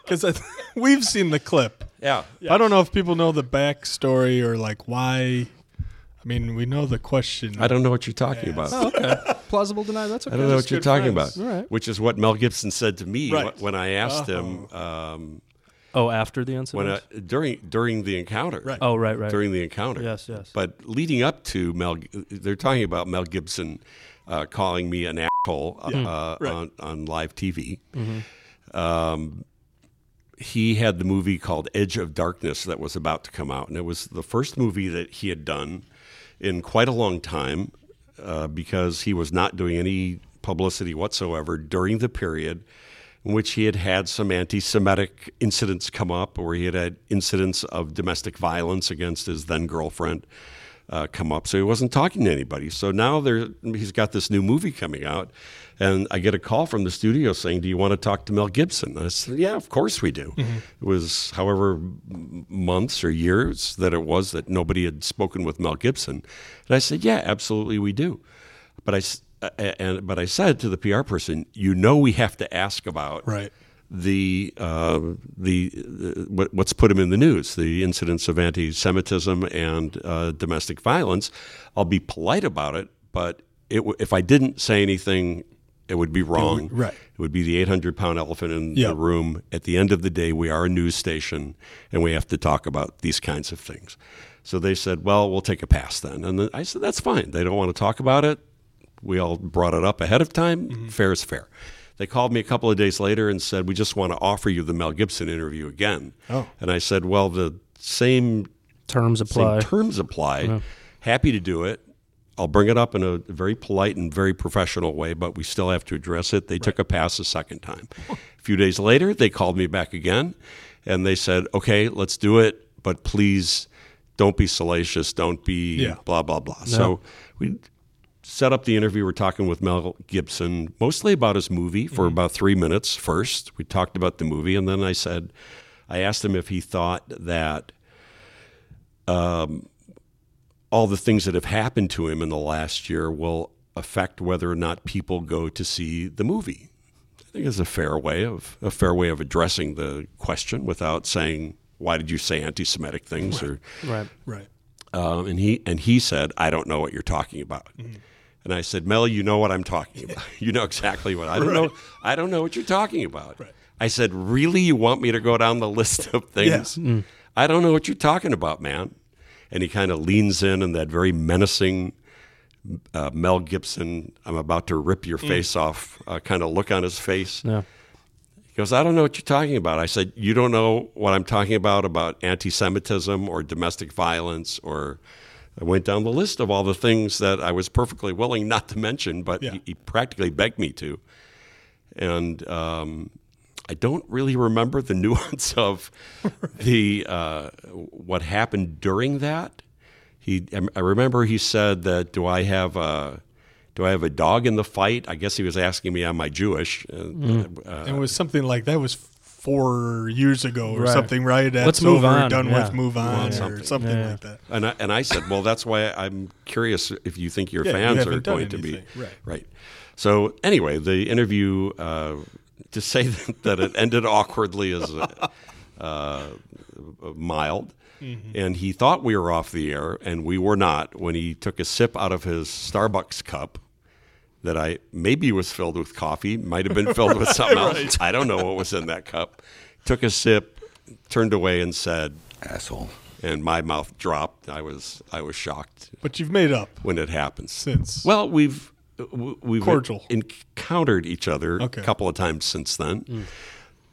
D: Because th- we've seen the clip.
E: Yeah.
D: I don't know if people know the backstory or like why. I mean, we know the question.
E: I don't know what you're talking about.
C: okay. Plausible denial. That's okay.
E: I don't know
D: Just
E: what you're
D: good
E: talking
D: friends.
E: about.
C: All right.
E: Which is what Mel Gibson said to me
D: Right.
E: wh- when I asked him um,
C: Oh, after the
E: when
C: incident.
E: I, during during the encounter.
D: Right.
C: oh, right, right.
E: during the encounter.
C: Yes, yes.
E: But leading up to Mel, they're talking about Mel Gibson uh, calling me an asshole uh,
D: right.
E: on, on live TV. Um, he had the movie called Edge of Darkness that was about to come out, and it was the first movie that he had done in quite a long time uh, because he was not doing any publicity whatsoever during the period in which he had had some anti Semitic incidents come up, or he had had incidents of domestic violence against his then girlfriend. uh, come up. So he wasn't talking to anybody. So now there, he's got this new movie coming out, and I get a call from the studio saying, "Do you want to talk to Mel Gibson?" And I said, "Yeah, of course we do." It was however m- months or years that it was that nobody had spoken with Mel Gibson, and I said, "Yeah, absolutely, we do." But I s- a- and but I said to the PR person, "You know, we have to ask about
D: Right.
E: the uh, the the- what, what's put him in the news, the incidents of anti-Semitism and uh, domestic violence. I'll be polite about it, but it, w- if I didn't say anything, it would be wrong.
D: right.
E: It would be the 800 pound elephant in
D: Yeah.
E: the room. At the end of the day, we are a news station and we have to talk about these kinds of things. So they said, well, we'll take a pass then. And then I said, that's fine. They don't want to talk about it. We all brought it up ahead of time. Fair is fair. They called me a couple of days later and said, we just want to offer you the Mel Gibson interview again. Oh. And I said, well, the same
C: Terms apply.
E: same terms apply. Happy to do it. I'll bring it up in a very polite and very professional way, but we still have to address it. They took a pass a second time. a few days later, they called me back again and they said, okay, let's do it, but please don't be salacious. Don't be
D: Yeah.
E: blah, blah, blah. So we set up the interview. We're talking with Mel Gibson mostly about his movie for about three minutes first. We talked about the movie, and then I said, I asked him if he thought that all the things that have happened to him in the last year will affect whether or not people go to see the movie. I think it's a fair way of a fair way of addressing the question without saying why did you say anti-Semitic things or
C: Right.
D: Right.
E: um, and he and he said, "I don't know what you're talking about." And I said, "Mel, you know what I'm talking about. You know exactly what I don't know. I don't know what you're talking about." I said, "Really, you want me to go down the list of things? I don't know what you're talking about, man." And he kind of leans in in that very menacing uh, Mel Gibson, "I'm about to rip your face off" uh, kind of look on his face.
C: Yeah.
E: He goes, I don't know what you're talking about. I said, You don't know what I'm talking about about anti Semitism or domestic violence or. I went down the list of all the things that I was perfectly willing not to mention, but
D: Yeah.
E: he, he practically begged me to. And um, I don't really remember the nuance of the uh, what happened during that. He, um, I remember he said that, "Do I have a, do I have a dog in the fight?" I guess he was asking me, "Am I Jewish?" Uh, uh,
D: And it was something like that was four years ago or
C: Right.
D: something, right? That's
C: Let's move
D: over,
C: on,
D: done
C: yeah.
D: with, move on, or something
C: Yeah.
D: like that.
E: And I, and I said, well, that's why I'm curious if you think your
D: Yeah, you
E: fans are
D: haven't done
E: going to be
D: anything. Right.
E: So anyway, the interview uh, to say that, that it ended awkwardly is uh, uh, mild.
D: Mm-hmm.
E: And he thought we were off the air, and we were not. When he took a sip out of his Starbucks cup, that I maybe was filled with coffee, might have been filled with something else. I don't know what was in that cup. Took a sip, turned away, and said,
F: Asshole.
E: and my mouth dropped. I was I was shocked
D: But you've made up
E: when it happens.
D: since.
E: Well, we've w- we've
D: Cordial.
E: encountered each other
D: Okay. Mm.
E: a couple of times since then.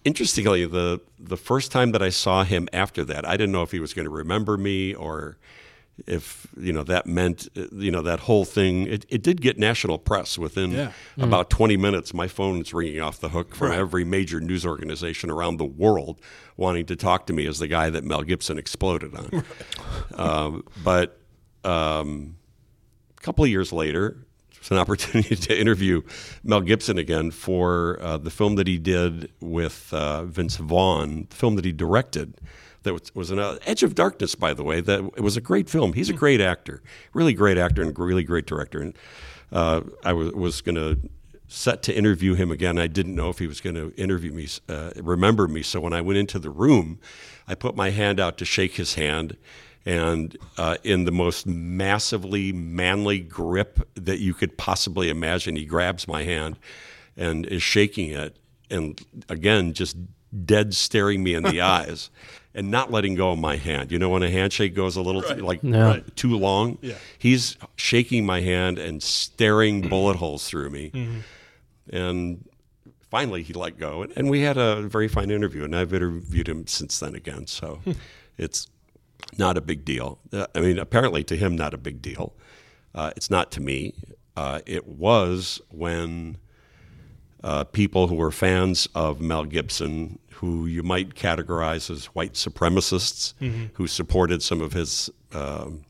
E: Interestingly, the the first time that I saw him after that, I didn't know if he was going to remember me or if you know that meant uh, you know that whole thing. It, it did get national press within
D: Yeah. Mm.
E: about twenty minutes. My phone is ringing off the hook from every major news organization around the world wanting to talk to me as the guy that Mel Gibson exploded on. um, but couple of years later, it was an opportunity to interview Mel Gibson again for uh, the film that he did with uh, Vince Vaughn, the film that he directed. That was, was an uh, Edge of Darkness, by the way. That it was a great film. He's a great actor, really great actor, and really great director. And uh, I was was going to set to interview him again. I didn't know if he was going to interview me, uh, remember me. So when I went into the room, I put my hand out to shake his hand. And uh, in the most massively manly grip that you could possibly imagine, he grabs my hand and is shaking it. And again, just dead staring me in the eyes and not letting go of my hand. You know, when a handshake goes a little like too long, he's shaking my hand and staring bullet holes through me and finally he let go and, and we had a very fine interview and i've interviewed him since then again so it's not a big deal Uh, i mean apparently to him not a big deal uh, it's not to me uh, it was when uh, people who were fans of Mel Gibson, who you might categorize as white supremacists, who supported some of his um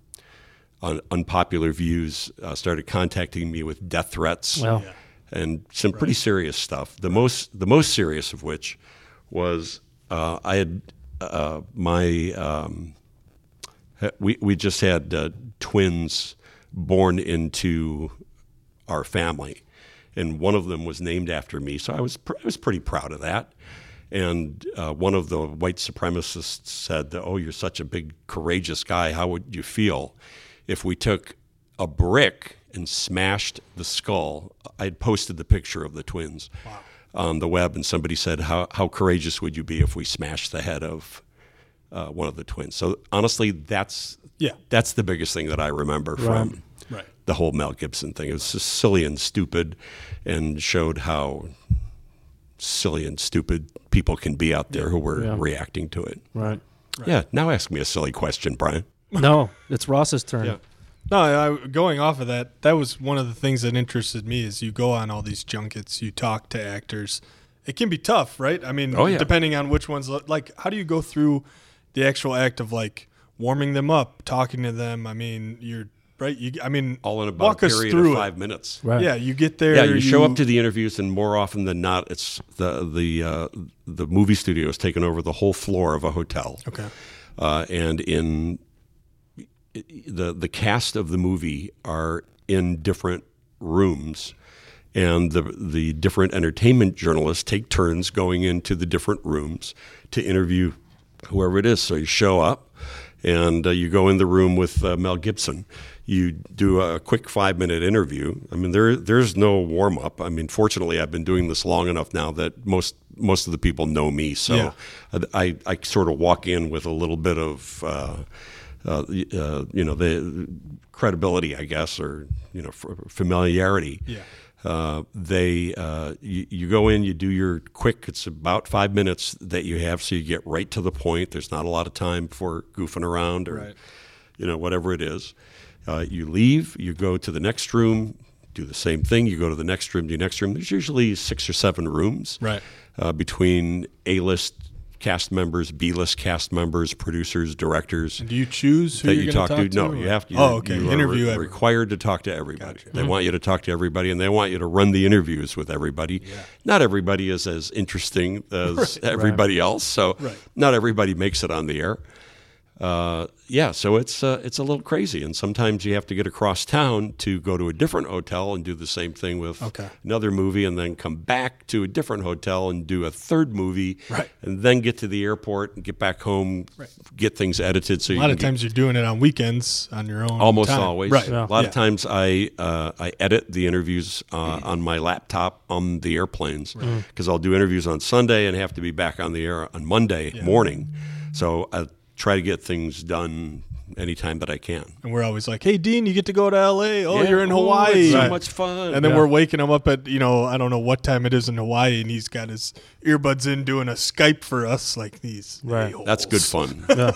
E: on unpopular views uh, started contacting me with death threats
C: Wow.
E: and some pretty serious stuff. The most the most serious of which was uh, I had uh, my um, ha- we we just had uh, twins born into our family, and one of them was named after me. So I was pr- I was pretty proud of that. And uh, one of the white supremacists said, "Oh, you're such a big courageous guy. How would you feel if we took a brick and smashed the skull?" I had posted the picture of the twins on the web, and somebody said, "How how courageous would you be if we smashed the head of?" Uh, one of the twins. So honestly, that's
D: Yeah.
E: that's the biggest thing that I remember from
D: Right.
E: the whole Mel Gibson thing. It was just silly and stupid, and showed how silly and stupid people can be out there who were reacting to it.
C: Right.
E: Yeah. Now ask me a silly question, Brian.
C: No, it's Ross's turn.
D: Yeah. No, I, going off of that, that was one of the things that interested me is you go on all these junkets, you talk to actors. It can be tough, right? I mean,
E: Oh, yeah.
D: depending on which ones, like, how do you go through the actual act of like warming them up, talking to them? I mean, you're right. You, I mean,
E: All in about
D: walk
E: a
D: us
E: period
D: through
E: of
D: it.
E: five minutes.
C: Right.
D: Yeah, you get there.
E: Yeah, you show up to the interviews, and more often than not, it's the the uh, the movie studio has taken over the whole floor of a hotel.
D: Okay.
E: uh, and in the the cast of the movie are in different rooms, and the the different entertainment journalists take turns going into the different rooms to interview whoever it is. So you show up, and uh, you go in the room with uh, Mel Gibson. You do a quick five minute interview. I mean, there there's no warm up. I mean, fortunately, I've been doing this long enough now that most most of the people know me. So
D: Yeah.
E: Uh, I, I sort of walk in with a little bit of, uh, uh, y- uh, you know, the credibility, I guess, or, you know, f- familiarity.
D: Yeah.
E: Uh, they, uh, you, you go in, you do your quick, it's about five minutes that you have, so you get right to the point. There's not a lot of time for goofing around or,
D: Right.
E: you know, whatever it is. Uh, you leave, you go to the next room, do the same thing, you go to the next room, do the next room. There's usually six or seven rooms
D: Right.
E: uh, between A list cast members, B list cast members, producers, directors
D: Do you choose who
E: that
D: you're
E: you
D: gonna
E: talk, to. No,
D: or-
E: you have to.
D: Oh, okay.
E: You are
D: Interview
E: re-
D: everyone.
E: required to talk to everybody. They want you to talk to everybody, and they want you to run the interviews with everybody. Not everybody is as interesting as everybody else, so
D: Right.
E: not everybody makes it on the air. Uh, yeah, so it's uh, it's a little crazy, and sometimes you have to get across town to go to a different hotel and do the same thing with
D: Okay.
E: another movie, and then come back to a different hotel and do a third movie,
D: Right.
E: and then get to the airport and get back home, get things edited
D: A
E: so you
D: lot
E: can
D: of
E: get
D: times you're doing it on weekends on your own.
E: almost
D: time.
E: always.
D: Right.
E: A lot
D: Yeah.
E: of times I uh, I edit the interviews uh, on my laptop on the airplanes
D: Mm.
E: because I'll do interviews on Sunday and have to be back on the air on Monday morning. So I try to get things done anytime that I can.
D: And we're always like, "Hey, Dean, you get to go to L.A. Oh,
E: Yeah.
D: you're in
E: Oh,
D: Hawaii.
E: it's so Right. much fun.
D: And then
C: Yeah.
D: we're waking him up at you know I don't know what time it is in Hawaii, and he's got his earbuds in doing a Skype for us like these.
C: Right.
D: a-holes.
E: That's good fun.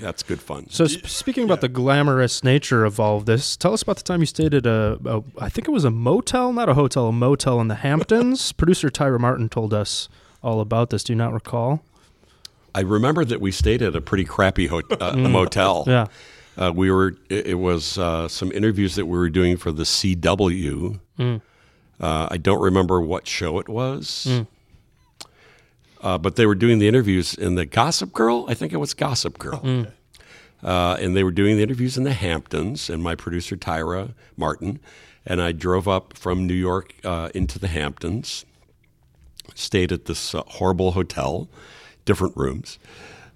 E: That's good fun.
C: So sp- speaking about the glamorous nature of all of this, tell us about the time you stayed at a, a I think it was a motel, not a hotel, a motel in the Hamptons. Producer Tyra Martin told us all about this. Do you not recall?
E: I remember that we stayed at a pretty crappy hot uh,
D: Mm.
E: motel.
C: Yeah.
E: Uh, we were. It, it was uh, some interviews that we were doing for the CW.
C: Mm.
E: Uh, I don't remember what show it was,
C: Mm.
E: uh, but they were doing the interviews in the Gossip Girl. I think it was Gossip Girl.
C: Mm.
E: Uh, and they were doing the interviews in the Hamptons, and my producer Tyra Martin and I drove up from New York uh, into the Hamptons, stayed at this uh, horrible hotel, different rooms,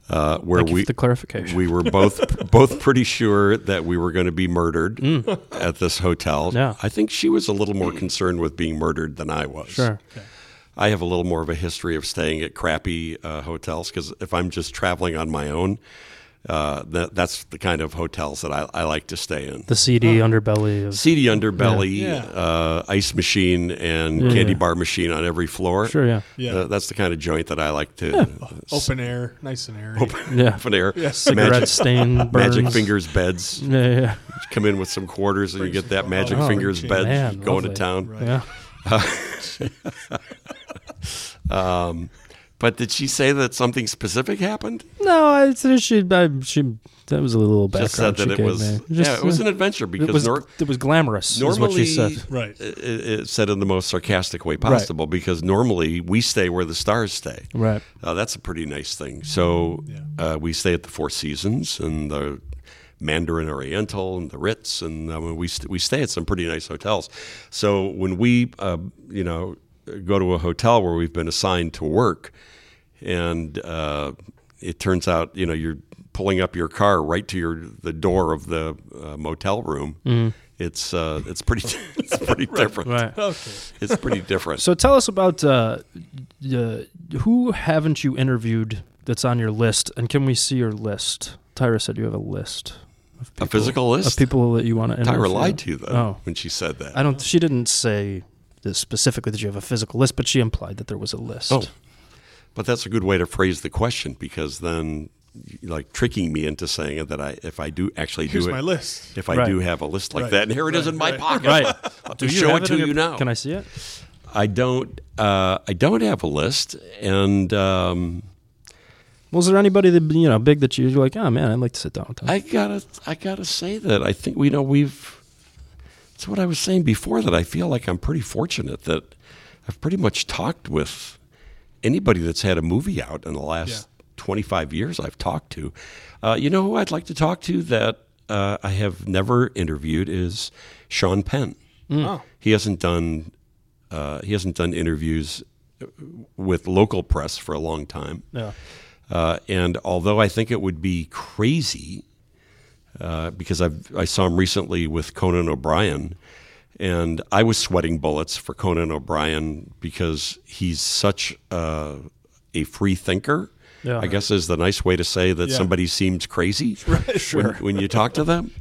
E: uh, where
C: Thank you
E: we
C: for the clarification.
E: we were both both pretty sure that we were going to be murdered at this hotel.
C: Mm. Yeah.
E: I think she was a little more concerned with being murdered than I was.
C: Sure.
E: I have a little more of a history of staying at crappy uh, hotels because if I'm just traveling on my own, uh, that that's the kind of hotels that I, I like to stay in.
C: The CD underbelly of
E: Seedy underbelly,
D: Yeah.
E: Uh, ice machine, and candy bar machine on every floor.
C: Sure, yeah.
D: Yeah.
E: Uh, that's the kind of joint that I like to
D: Open air, nice and airy.
C: yeah,
E: open air.
C: cigarette
E: Magic-
C: stain burns.
E: Magic fingers beds.
C: Yeah, yeah, yeah.
E: come in with some quarters and you get that magic
D: Oh,
E: fingers bed
C: man,
E: going
C: lovely.
E: to town.
C: yeah.
E: But did she say that something specific happened?
F: No, I said she, I, she. That was a little background
E: Just said
F: she
E: that it
F: gave
E: was
F: me.
E: yeah,
F: Just,
E: it was
F: uh,
E: an adventure because
C: It was,
E: nor-
C: it was glamorous, is
E: normally
C: what she said.
D: Right.
E: It, it said in the most sarcastic way possible because normally we stay where the stars stay.
F: Right.
E: Uh, that's a pretty nice thing. So uh, we stay at the Four Seasons and the Mandarin Oriental and the Ritz, and uh, we st- we stay at some pretty nice hotels. So when we uh, you know go to a hotel where we've been assigned to work, and uh, it turns out you know you're pulling up your car right to your the door of the uh, motel room. It's uh, it's pretty it's pretty different.
F: Right.
D: Okay.
E: It's pretty different.
C: So tell us about uh, uh, who haven't you interviewed that's on your list, and can we see your list? Tyra said you have a list of
E: a physical
C: of
E: list.
C: people that you want to interview.
E: Tyra lied to you though
C: Oh,
E: when she said that.
C: I don't. She didn't say this specifically that you have a physical list, but she implied that there was a list.
E: Oh, but that's a good way to phrase the question because then, like, tricking me into saying that I, if I do actually
D: Here's
E: do it,
D: my list.
E: if I
C: Right.
E: do have a list like
D: Right.
E: that, and here it is
D: Right,
E: in my
D: right.
E: pocket.
C: Right.
E: I'll show
C: have
E: it
C: in
E: to
C: your-
E: you now.
C: Can I see it?
E: I don't. Uh, I don't have a list, and um,
C: Was there anybody that you know big that you're like, oh man, I'd like to sit down with them?
E: I gotta. I gotta say that I think we know we've. That's what I was saying before. That I feel like I'm pretty fortunate that I've pretty much talked with anybody that's had a movie out in the last
D: Yeah.
E: 25 years I've talked to. Uh, you know who I'd like to talk to that uh, I have never interviewed is Sean Penn. He hasn't done uh, he hasn't done interviews with local press for a long time.
C: Yeah.
E: Uh, and although I think it would be crazy, uh, because I've, I saw him recently with Conan O'Brien, and I was sweating bullets for Conan O'Brien because he's such uh, a free thinker.
C: Yeah.
E: I guess is the nice way to say that
D: Yeah.
E: somebody seems crazy when, when you talk to them.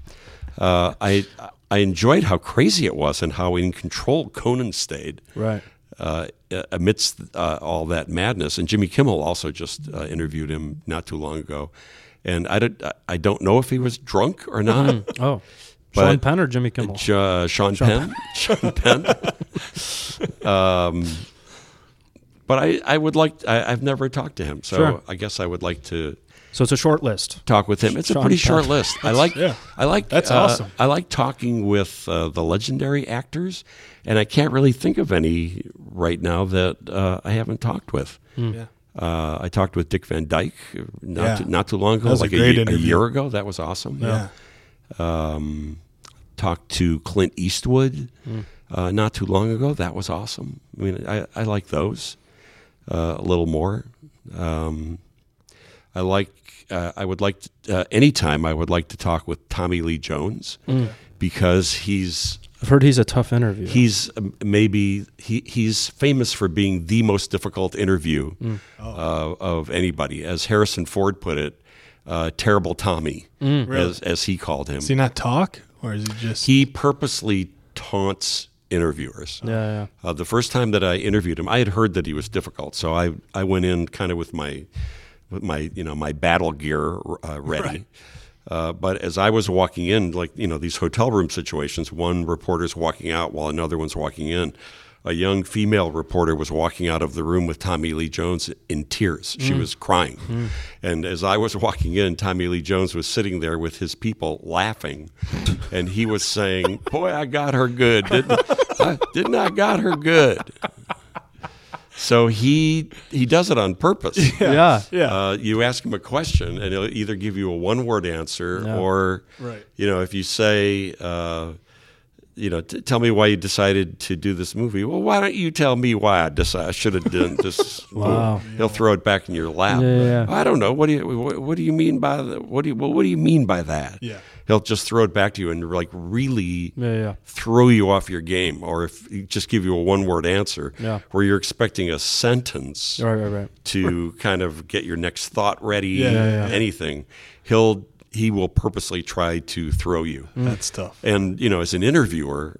E: Uh, I I enjoyed how crazy it was and how in control Conan stayed
C: Right.
E: uh, amidst uh, all that madness. And Jimmy Kimmel also just uh, interviewed him not too long ago, and I don't I don't know if he was drunk or not.
C: Oh,
E: But-
C: Sean Penn or Jimmy Kimmel?
E: Sh- uh, Sean, Penn, Sean Penn. um, but I, I would like I, I've never talked to him, so
C: Sure.
E: I guess I would like to
C: so it's a short list.
E: talk with him. It's
C: Sean
E: a pretty
C: Penn.
E: short list. I like
D: yeah.
E: I like
D: That's
E: uh,
D: awesome.
E: I like talking with uh, the legendary actors, and I can't really think of any right now that uh, I haven't talked with.
D: Yeah.
E: Uh, I talked with Dick Van Dyke uh, not,
D: Hmm. Yeah.
E: too, not too long ago,
D: That was a
E: like a,
D: great
E: ye- a
D: interview.
E: year ago. That was awesome.
D: Yeah.
E: Um, talked to Clint Eastwood uh, not too long ago. That was awesome. I mean, I, I like those uh, a little more. Um, I like. Uh, I would like to, uh, anytime I would like to talk with Tommy Lee Jones because he's
C: I've heard he's a tough interview.
E: he's um, maybe he, he's famous for being the most difficult interview uh, of anybody, as Harrison Ford put it, uh, "terrible Tommy," as, as he called him.
D: Does he not talk, or is he just?
E: he purposely taunts interviewers.
C: yeah, yeah.
E: Uh, the first time that I interviewed him, I had heard that he was difficult, so I I went in kind of with my with my you know my battle gear uh, ready. Uh, but as I was walking in, like you know these hotel room situations, one reporter's walking out while another one's walking in. A young female reporter was walking out of the room with Tommy Lee Jones in tears. She was crying. And as I was walking in, Tommy Lee Jones was sitting there with his people laughing. And he was saying, Boy, I got her good. Didn't I, didn't I got her good? So he he does it on purpose.
C: Yeah.
D: Yeah.
E: Uh, you ask him a question, and he'll either give you a one-word answer, or
D: Right.
E: you know, if you say, uh, you know, t- tell me why you decided to do this movie. Well, why don't you tell me why I decided I should have done this?
C: Wow.
E: movie? He'll throw it back in your lap.
C: Yeah, yeah, yeah.
E: I don't know. What do you what, what do you mean by the, what do you well, what do you mean by that?
D: Yeah.
E: He'll just throw it back to you and like really
C: Yeah, yeah.
E: throw you off your game, or if he just give you a one word answer
C: Yeah.
E: where you're expecting a sentence
C: Right, right, right.
E: to kind of get your next thought ready,
D: Yeah, yeah, yeah.
E: anything, he'll he will purposely try to throw you.
D: That's tough.
E: And you know, as an interviewer,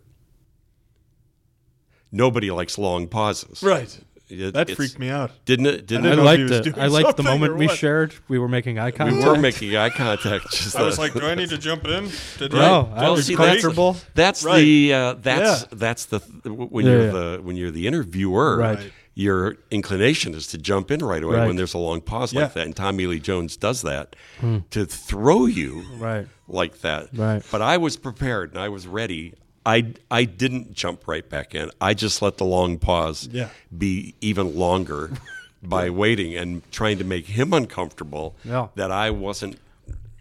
E: nobody likes long pauses.
D: Right.
E: It-
D: That
E: it's-
D: freaked me out.
E: Didn't it? Didn't
D: I
C: I
E: it?
D: know if he
C: liked
D: was
C: it.
D: doing
C: I liked the
D: something
C: moment
D: or
C: we
D: what.
C: shared. We were making eye
E: We
C: contact.
E: were making eye contact. Just
D: I was
E: the-
D: like, do I need to jump in? Did
E: Right.
C: No, I
E: Well,
C: was
E: see,
C: comfortable.
E: That's, that's
D: Right.
E: the uh, that's
D: Yeah.
E: that's the th- when
C: Yeah,
E: you're
C: yeah.
E: the when you're the interviewer.
C: Right.
E: your inclination is to jump in right away
C: Right.
E: when there's a long pause
D: Yeah.
E: like that. And Tommy Lee Jones does that
C: Hmm.
E: to throw you
C: Right.
E: like that.
C: Right.
E: But I was prepared and I was ready. I, I didn't jump right back in. I just let the long pause
D: Yeah.
E: be even longer by waiting and trying to make him uncomfortable
C: Yeah.
E: that I wasn't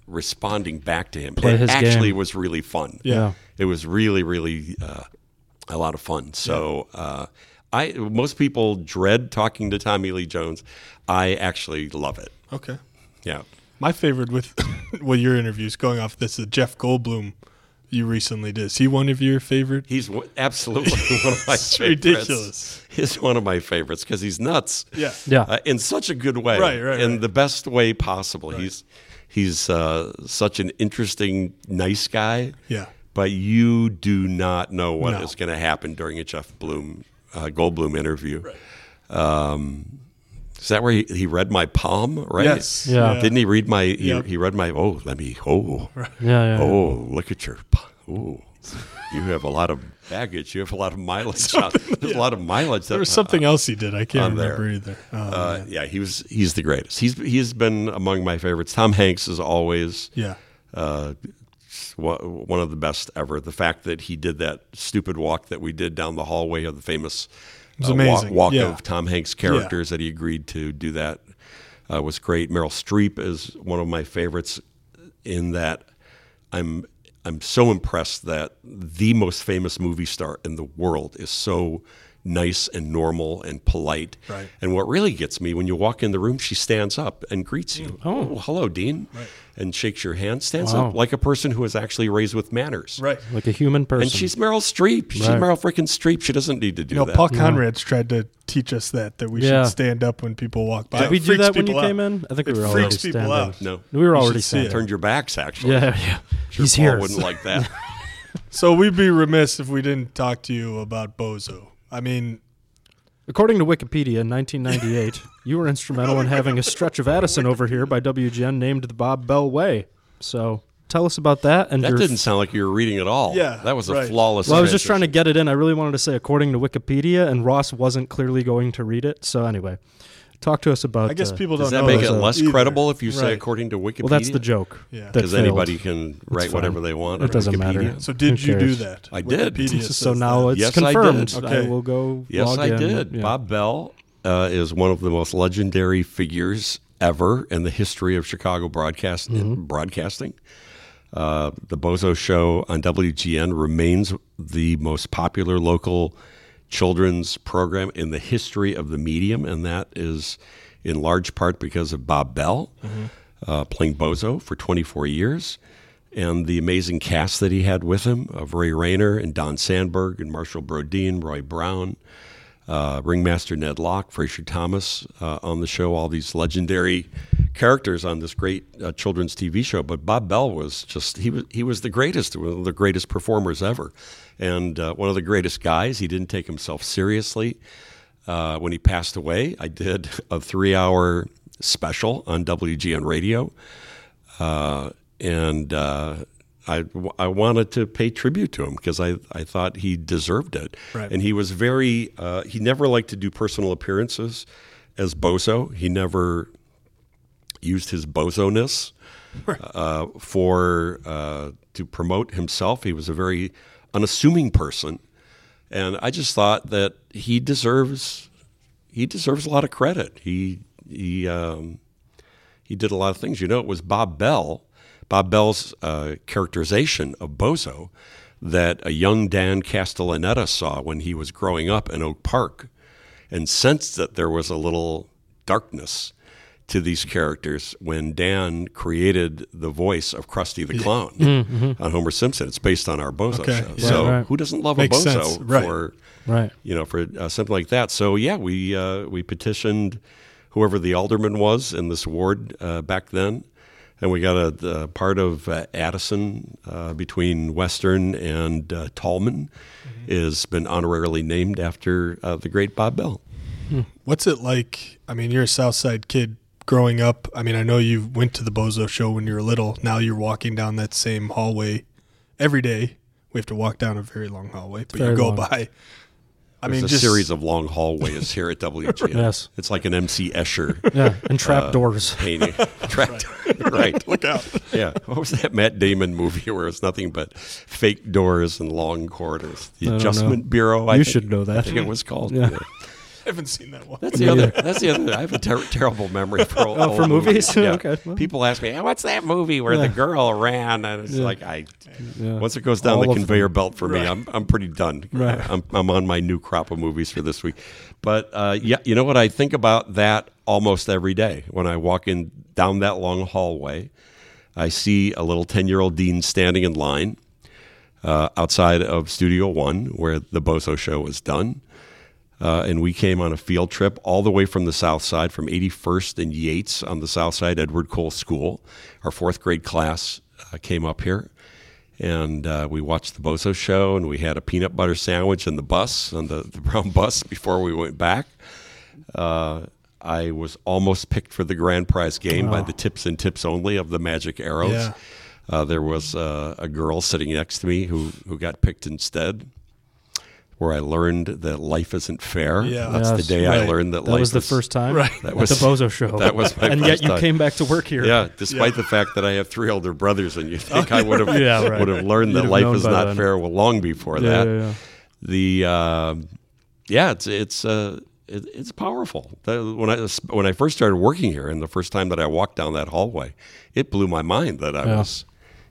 E: responding back to him.
C: Play
E: it
C: his
E: actually
C: game.
E: was really fun.
D: Yeah.
E: It was really, really uh, a lot of fun. So uh, I most people dread talking to Tommy Lee Jones. I actually love it.
D: Okay.
E: Yeah.
D: My favorite with well your interviews going off this is Jeff Goldblum you recently did. Is he one of your favorite?
E: He's one- absolutely one of my
D: It's
E: favorites.
D: ridiculous.
E: He's one of my favorites because he's nuts.
D: Yeah.
C: Yeah.
E: Uh, in such a good way.
D: Right, right,
E: In
D: right.
E: the best way possible. He's he's uh, such an interesting, nice guy.
D: Yeah.
E: But you do not know what is
D: No.
E: going to happen during a Jeff Bloom uh, Goldblum interview. Right. Um, is that where he, he read my palm? Right.
D: Yes.
C: Yeah.
E: Didn't he read my? He,
D: Yep.
E: he read my. Oh, let me. Oh.
C: Yeah, yeah.
E: Oh,
D: Uh,
E: look at your. Oh, you have a lot of baggage. You have a lot of mileage. out- There's a lot of mileage.
D: There was something else he did. I can't
E: uh, on there.
D: remember either. Oh,
E: Uh,
D: man.
E: yeah, he was. He's the greatest. He's he's been among my favorites. Tom Hanks is always
D: yeah.
E: uh, wa- one of the best ever. The fact that he did that stupid walk that we did down the hallway of the famous
D: was
E: uh,
D: amazing.
E: walk, walk
D: Yeah.
E: of Tom Hanks characters that he agreed to do that uh, was great. Meryl Streep is one of my favorites in that I'm I'm so impressed that the most famous movie star in the world is so nice and normal and polite.
D: Right.
E: And what really gets me when you walk in the room, she stands up and greets
D: Mm.
E: you. Oh, hello, Dean. And shakes your hand, stands up like a person who was actually raised with manners.
D: Right.
F: like a human person.
E: And she's Meryl Streep. She's
F: Right.
E: Meryl freaking Streep. She doesn't need to do
D: You know,
E: that.
D: Paul Conrad's tried to teach us that that we
F: Yeah.
D: should stand up when people walk by.
F: Did
D: It
F: we do
D: freaks
F: that when you
D: people out.
F: came in? I think we
D: It
F: were already
D: freaks people
F: standing.
D: out.
E: No.
F: We were
D: You should
F: already
D: see it.
F: standing.
E: Turned your backs, actually.
F: Yeah, yeah.
E: Sure,
F: He's
E: Paul
F: here.
E: wouldn't like that.
D: So we'd be remiss if we didn't talk to you about Bozo. I mean,
C: According to Wikipedia, in 1998, you were instrumental in having a stretch of Addison over here by WGN named the Bob Bell Way. So tell us about that. And
E: that
C: your
E: didn't sound like you were reading at all.
D: Yeah,
E: That was a
D: right.
E: flawless
C: well, I was just trying to
E: transition.
C: get it in. I really wanted to say according to Wikipedia, and Ross wasn't clearly going to read it. So anyway, talk to us about.
D: I guess
C: uh,
D: people
E: Does
D: don't
E: that
D: know
E: make it
D: that
E: less
D: either.
E: credible if you say
D: Right.
E: according to Wikipedia?
C: Well, that's the joke.
D: Yeah.
C: that
E: Because
C: failed.
E: anybody can write
C: fine.
E: whatever they want.
C: It
E: on
C: doesn't
E: Wikipedia.
C: matter.
D: So did
C: Who
D: you do
C: cares?
D: that?
E: I did.
D: Wikipedia
C: So,
D: says
C: now
D: that.
C: it's
E: Yes, I did.
C: confirmed.
D: Okay.
C: will go.
E: Yes,
C: log
E: I
C: in.
E: did.
C: Yeah.
E: Bob Bell uh, is one of the most legendary figures ever in the history of Chicago broadcast
C: Mm-hmm.
E: broadcasting. Uh, the Bozo Show on WGN remains the most popular local children's program in the history of the medium, and that is in large part because of Bob Bell
C: Mm-hmm.
E: uh, playing Bozo for 24 years. And the amazing cast that he had with him of Ray Rayner and Don Sandberg and Marshall Brodeen, Roy Brown, uh, ringmaster Ned Locke, Fraser Thomas uh, on the show, all these legendary characters on this great uh, children's TV show. But Bob Bell was just he was he was the greatest, one of the greatest performers ever, and uh, one of the greatest guys. He didn't take himself seriously. Uh, when he passed away, I did a three-hour special on WGN Radio and uh, I, I wanted to pay tribute to him because I, I thought he deserved it.
D: Right.
E: And he was very, uh, he never liked to do personal appearances as Bozo. He never used his bozo ness uh, for uh, to promote himself. He was a very unassuming person, and I just thought that he deserves he deserves a lot of credit. He he um, he did a lot of things. You know, it was Bob Bell, Bob Bell's uh, characterization of Bozo that a young Dan Castellaneta saw when he was growing up in Oak Park and sensed that there was a little darkness to these characters when Dan created the voice of Krusty the Clown on Homer Simpson. It's based on our Bozo
D: Okay,
E: show.
D: yeah.
E: so
C: Right, right.
E: who doesn't love
D: Makes
E: a Bozo
D: sense, right.
E: for
C: Right.
E: you know, for uh, something like that. So yeah, we uh, we petitioned whoever the alderman was in this ward uh, back then, and we got a the part of uh, Addison uh, between Western and uh, Tallman
D: Mm-hmm.
E: has been honorarily named after uh, the great Bob Bell.
D: What's it like? I mean, you're a South Side kid growing up. I mean, I know you went to the Bozo show when you were little. Now you're walking down that same hallway every day. We have to walk down a very long hallway, but
C: very
D: you go
C: long.
D: by I
E: There's
D: mean,
E: a
D: just
E: series of long hallways here at WGN.
C: Yes.
E: It's like an MC Escher
C: Yeah,
E: Uh,
C: and trapdoors.
E: painting. Track- right.
D: look out.
E: Yeah. What was that Matt Damon movie where it's nothing but fake doors and long corridors? The
C: don't know.
E: Adjustment Bureau. I
C: You
E: think-
C: should know that.
E: I think it was called.
C: Yeah.
D: I haven't seen that one.
E: That's the other. That's the other. I have a ter- terrible memory for old,
C: Oh, for
E: old
C: movies?
E: Yeah.
C: Okay, well.
E: People ask me, "Hey, "What's that movie where the girl ran?" And it's like, I once it goes down
C: All
E: the
C: of
E: conveyor belt for me, I'm I'm pretty done. Right. I'm I'm on my new crop of movies for this week. But uh, yeah, you know what? I think about that almost every day when I walk in down that long hallway. I see a little ten-year-old Dean standing in line uh, outside of Studio One, where the Bozo show was done uh, and we came on a field trip all the way from the south side from 81st and yates on the south side edward cole school our fourth grade class uh, came up here and uh, we watched the bozo show and we had a peanut butter sandwich in the bus on the, the brown bus before we went back uh, i was almost picked for the grand prize game by the tips and tips only of the magic arrows
D: Yeah.
E: uh, there was uh, a girl sitting next to me who, who got picked instead where I learned that life isn't fair.
D: Yeah.
E: that's
C: Yes,
E: the day I
D: right.
E: learned that,
C: That
E: life
C: was the
E: is-
C: first time
D: Right.
E: That
C: at
E: was-
C: the Bozo show.
E: that was my
C: and
E: first
C: yet you
E: time.
C: came back to work here.
E: Yeah, despite the fact that I have three older brothers, and you think I would have
C: Yeah, right.
E: would have learned
C: You'd
E: that
C: have
E: life
C: known
E: is
C: by
E: not
C: then.
E: fair well long before
C: Yeah,
E: that.
C: yeah, yeah.
E: The um yeah, it's it's uh, it, it's powerful. The- when I when I first started working here, and the first time that I walked down that hallway, it blew my mind that I
C: Yeah.
E: was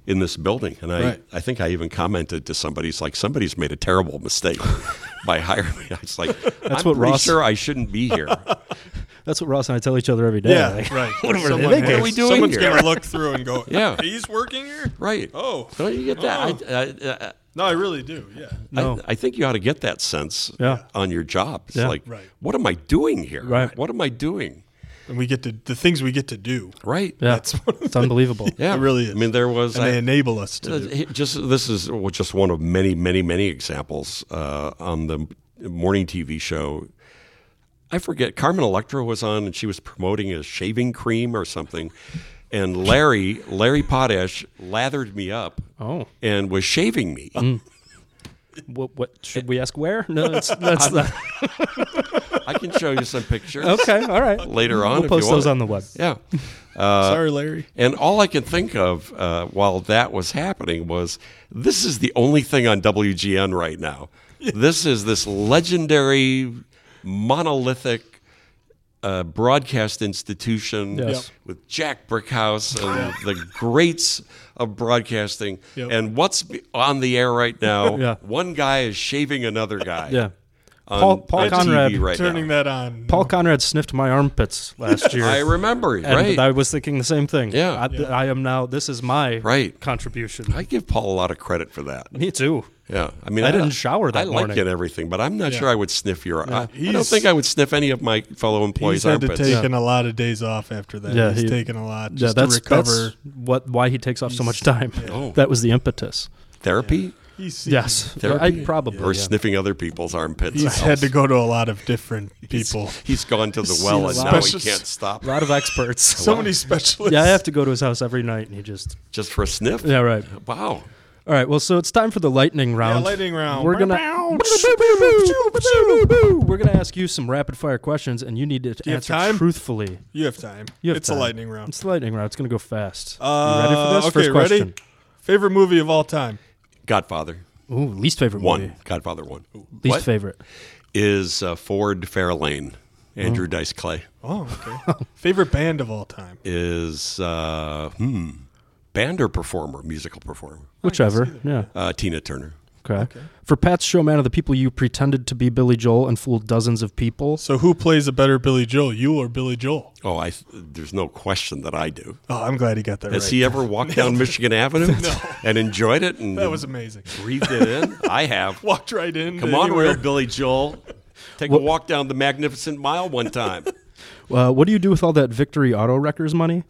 E: in this building, and I
D: Right.
E: I think I even commented to somebody, it's like somebody's made a terrible mistake. By hiring me, I was like, "I'm
C: what
E: pretty
C: Ross-
E: sure I shouldn't be here."
C: That's what Ross and I tell each other every day.
D: Yeah,
C: Like,
D: right.
C: What, are they
D: Someone-
C: thinking?
E: what are we doing
D: Someone's
E: here?
D: gonna look through and go,
E: Yeah.
D: he's working here."
E: Right?
D: Oh.
E: don't you get that? I, I, I,
D: No, I really do. Yeah.
C: No.
E: I, I think you ought to get that sense
C: Yeah.
E: on your job. It's
C: Yeah.
E: like,
D: Right.
E: what am I doing here?
C: Right.
E: What am I doing?
D: And we get to the things we get to do.
E: Right.
C: yeah, it's unbelievable.
E: Yeah.
D: It really is.
E: I mean, there was.
D: And they
E: I-
D: enable us to. do.
E: Uh, just this is just one of many, many, many examples uh, on the morning TV show. I forget. Carmen Electra was on, and she was promoting a shaving cream or something. And Larry, Larry Potash, lathered me up.
C: Oh. Mm.
E: and was shaving me.
C: What, what should we ask? Where? No, that's that's not.
E: I can show you some pictures.
C: Okay, all right.
E: Later on,
C: We'll
E: if
C: post
E: you want
C: those
E: it.
C: on the web.
E: Yeah. Uh,
D: Sorry, Larry.
E: And all I could think of uh, while that was happening was this is the only thing on WGN right now. This is this legendary, monolithic uh, broadcast institution
C: Yes.
E: with Jack Brickhouse and the greats of broadcasting.
D: Yep.
E: And what's be- on the air right now?
C: Yeah.
E: One guy is shaving another guy.
C: Yeah.
E: on-
C: Paul- Paul
E: on TV
C: Conrad
E: right
D: Turning
E: now.
D: that on.
C: Paul Conrad sniffed my armpits last year.
E: I remember,
C: and
E: right?
C: I was thinking the same thing.
E: Yeah.
C: I,
E: Yeah.
C: I am now. This is my
E: Right.
C: contribution.
E: I give Paul a lot of credit for that.
C: Me too.
E: Yeah, I mean,
C: I didn't shower that
E: I
C: morning.
E: like it everything, but I'm not
D: Yeah.
E: sure I would sniff your. I- I, don't
D: He's-
E: think I would sniff any of my fellow
D: He's
E: employees'
D: had to
E: armpits.
D: take in a lot of days off after that.
C: Yeah,
D: he's
C: he-
D: taken a lot
C: yeah,
D: just
C: that's
D: to recover.
C: that's what why he takes off so much time.
E: Oh.
C: That was the impetus.
E: Therapy
D: he's
C: Yes,
E: Therapy?
C: I, probably.
E: or
C: yeah.
E: sniffing other people's armpits.
D: he's had to go to a lot of different people.
E: He's gone to the
D: He's
E: well, and
D: seen a
E: now
D: lot.
E: he can't stop.
C: A lot of experts.
D: So many specialists.
C: yeah, I have to go to his house every night, and he just
E: Just for a sniff.
C: yeah, right.
E: Wow.
C: All right, well, so it's time for the lightning round.
D: lightning round.
C: We're gonna we're gonna ask you some rapid fire questions, and you need to
D: you have
C: answer
D: time?
C: truthfully.
D: You have time.
C: You have
D: it's
C: time.
D: a lightning round.
C: It's the lightning round. It's gonna go fast.
D: Uh,
C: you ready for this?
D: Okay,
C: First question.
D: ready? Favorite movie of all time?
E: Godfather
C: Ooh, least favorite
E: one.
C: movie.
E: Godfather one.
C: Least
E: What
C: favorite.
E: is uh, Ford Fairlane? Andrew Dice Clay
D: Oh, okay. Favorite band of all time?
E: is uh, hmm, band or performer, musical performer.
C: Whichever. Yeah.
E: Uh, Tina Turner.
C: Okay. For Pat's show, Man of the People, you pretended to be Billy Joel and fooled dozens of people.
D: So who plays a better Billy Joel, you or Billy Joel?
E: Oh, I. There's no question that I do.
D: Oh, I'm glad he got that
E: Has
D: right.
E: he ever walked down Michigan Avenue and enjoyed it and
D: that was amazing.
E: breathed it in? I have.
D: Walked right in.
E: Come
D: to
E: on,
D: anywhere.
E: real Billy Joel. Take a walk down the Magnificent Mile one time.
C: Uh, what do you do with all that Victory Auto Wreckers money?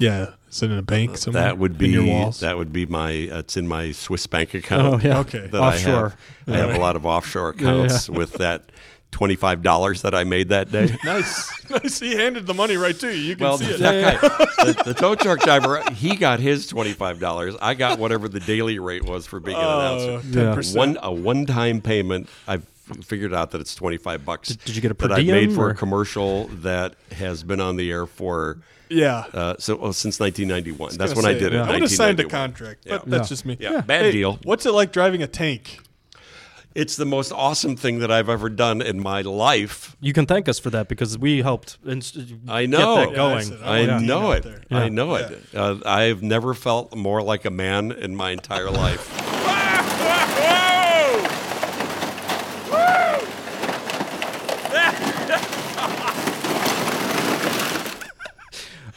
D: Yeah, is it in a bank somewhere?
E: Uh, That would be
D: in your walls.
E: that would be my. It's in my Swiss bank account.
C: Oh, yeah.
D: Okay.
E: that
C: Offshore.
E: I have, I have a lot of offshore accounts with that twenty five dollars that I made that day.
D: nice, nice. He handed the money right to you. You can
E: Well,
D: see it.
E: that guy, the, the tow truck driver, he got his twenty five dollars. I got whatever the daily rate was for being an announcer.
D: Oh, Ten percent.
E: One a one time payment. I've f- figured out that it's 25 bucks.
C: Did- did you get a per
E: that I made
C: diem,
E: for
C: or-
E: a commercial that has been on the air for
D: Yeah.
E: uh, so oh, since 1991. That's when
D: Gonna
E: I
D: say,
E: did it.
D: I would have signed a
E: 1991.
D: contract,
E: Yeah.
D: but that's just me.
E: Yeah, bad
D: Hey,
E: deal.
D: What's it like driving a tank?
E: It's the most awesome thing that I've ever done in my life.
C: You can thank us for that because we helped. Inst-
E: I know.
C: Get that
D: Yeah, I
C: going.
D: said,
E: I,
D: want to
E: know
D: be out
E: it.
D: there.
E: I know it. Uh, I've never felt more like a man in my entire life. Ah.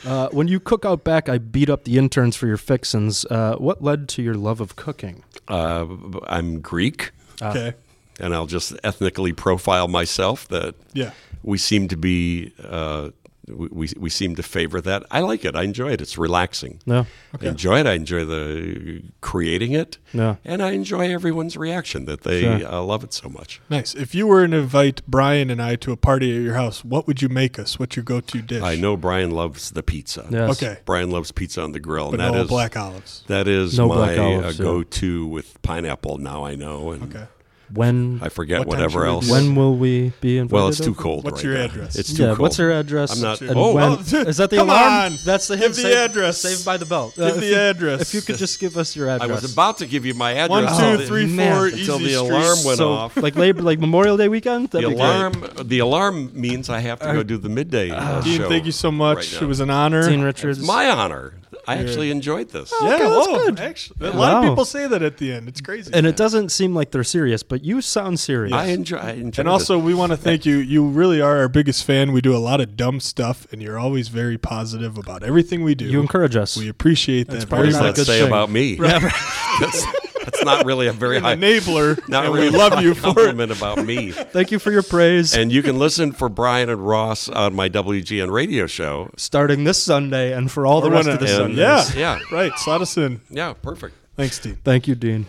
C: Uh, when you cook out back, I beat up the interns for your fixins. Uh, what led to your love of cooking?
E: Uh, b- I'm Greek,
D: Okay.
E: and I'll just ethnically profile myself. That
D: Yeah.
E: we seem to be. Uh, we, we we seem to favor that. I like it. I enjoy it. It's relaxing.
C: No.
E: I enjoy it. I enjoy the creating it.
C: Yeah.
E: And I enjoy everyone's reaction that they
C: Sure.
E: uh, love it so much.
D: Nice. If you were to invite Brian and I to a party at your house, what would you make us? What's your go-to dish?
E: I know Brian loves the pizza.
C: Yes.
D: Okay.
E: Brian loves pizza on the grill.
D: But
E: and that
D: no
E: is-
D: black olives.
E: That is
C: No black
E: my
C: olives,
E: uh,
C: yeah.
E: go-to with pineapple. Now I know, and
D: Okay.
C: When
E: I forget
D: What time should
E: whatever
D: we
E: else.
D: do
C: when will we be invited?
E: well, it's too
C: over?
E: cold.
D: What's
E: right
D: your
E: now.
D: address?
E: It's too
C: Yeah,
E: cold.
C: what's her address?
E: I'm not-
C: And
D: Oh,
C: when-
D: oh,
C: is that the
D: come
C: alarm?
D: on.
C: That's the
D: Give
C: hint.
D: the
C: Saved-
D: address.
C: Saved by the belt. Uh,
D: Give
C: if
D: the
C: you-
D: address.
C: If you could just give us your
E: I
C: address. Mm,
E: was about to give you my address.
D: One,
E: until
D: two,
E: the-
D: three, four.
C: man.
D: Easy
E: Oh, Until the
D: Street.
E: alarm went
C: so,
E: off.
C: like labor, like Memorial Day weekend. That'd
E: The
C: be great.
E: alarm. The alarm means I have to go do the midday
C: Ah,
E: uh,
D: Dean,
E: show.
D: thank you so much.
E: right now.
D: it was an honor.
C: Dean Richards.
E: It's my honor. I actually enjoyed this.
D: yeah,
C: that's
D: oh,
C: good.
D: Actually, a lot
C: Wow.
D: of people say that at the end. It's crazy.
C: and it doesn't seem like they're serious, but you sound serious.
E: I enjoy. I enjoyed
D: And also,
E: it.
D: we want to thank you. You really are our biggest fan. We do a lot of dumb stuff, and you're always very positive about everything we do.
C: you encourage us.
D: we appreciate that.
C: probably
D: very
E: What does
C: not a
D: much.
E: that
C: good
E: say
C: thing.
E: about me? that's, that's not really a very high
D: An enabler,
E: Not
D: and
E: really
D: we
E: a
D: love
E: high
D: you for it.
E: compliment about me.
C: Thank you for your praise.
E: And you can listen for Brian and Ross on my WGN radio show.
C: starting this Sunday and for all the
D: We're
C: rest
D: gonna-
C: of the
D: and-
C: Sundays.
D: Yeah,
E: Yeah.
D: right. Slot us in.
E: Yeah, perfect.
D: Thanks, Dean.
C: Thank you, Dean.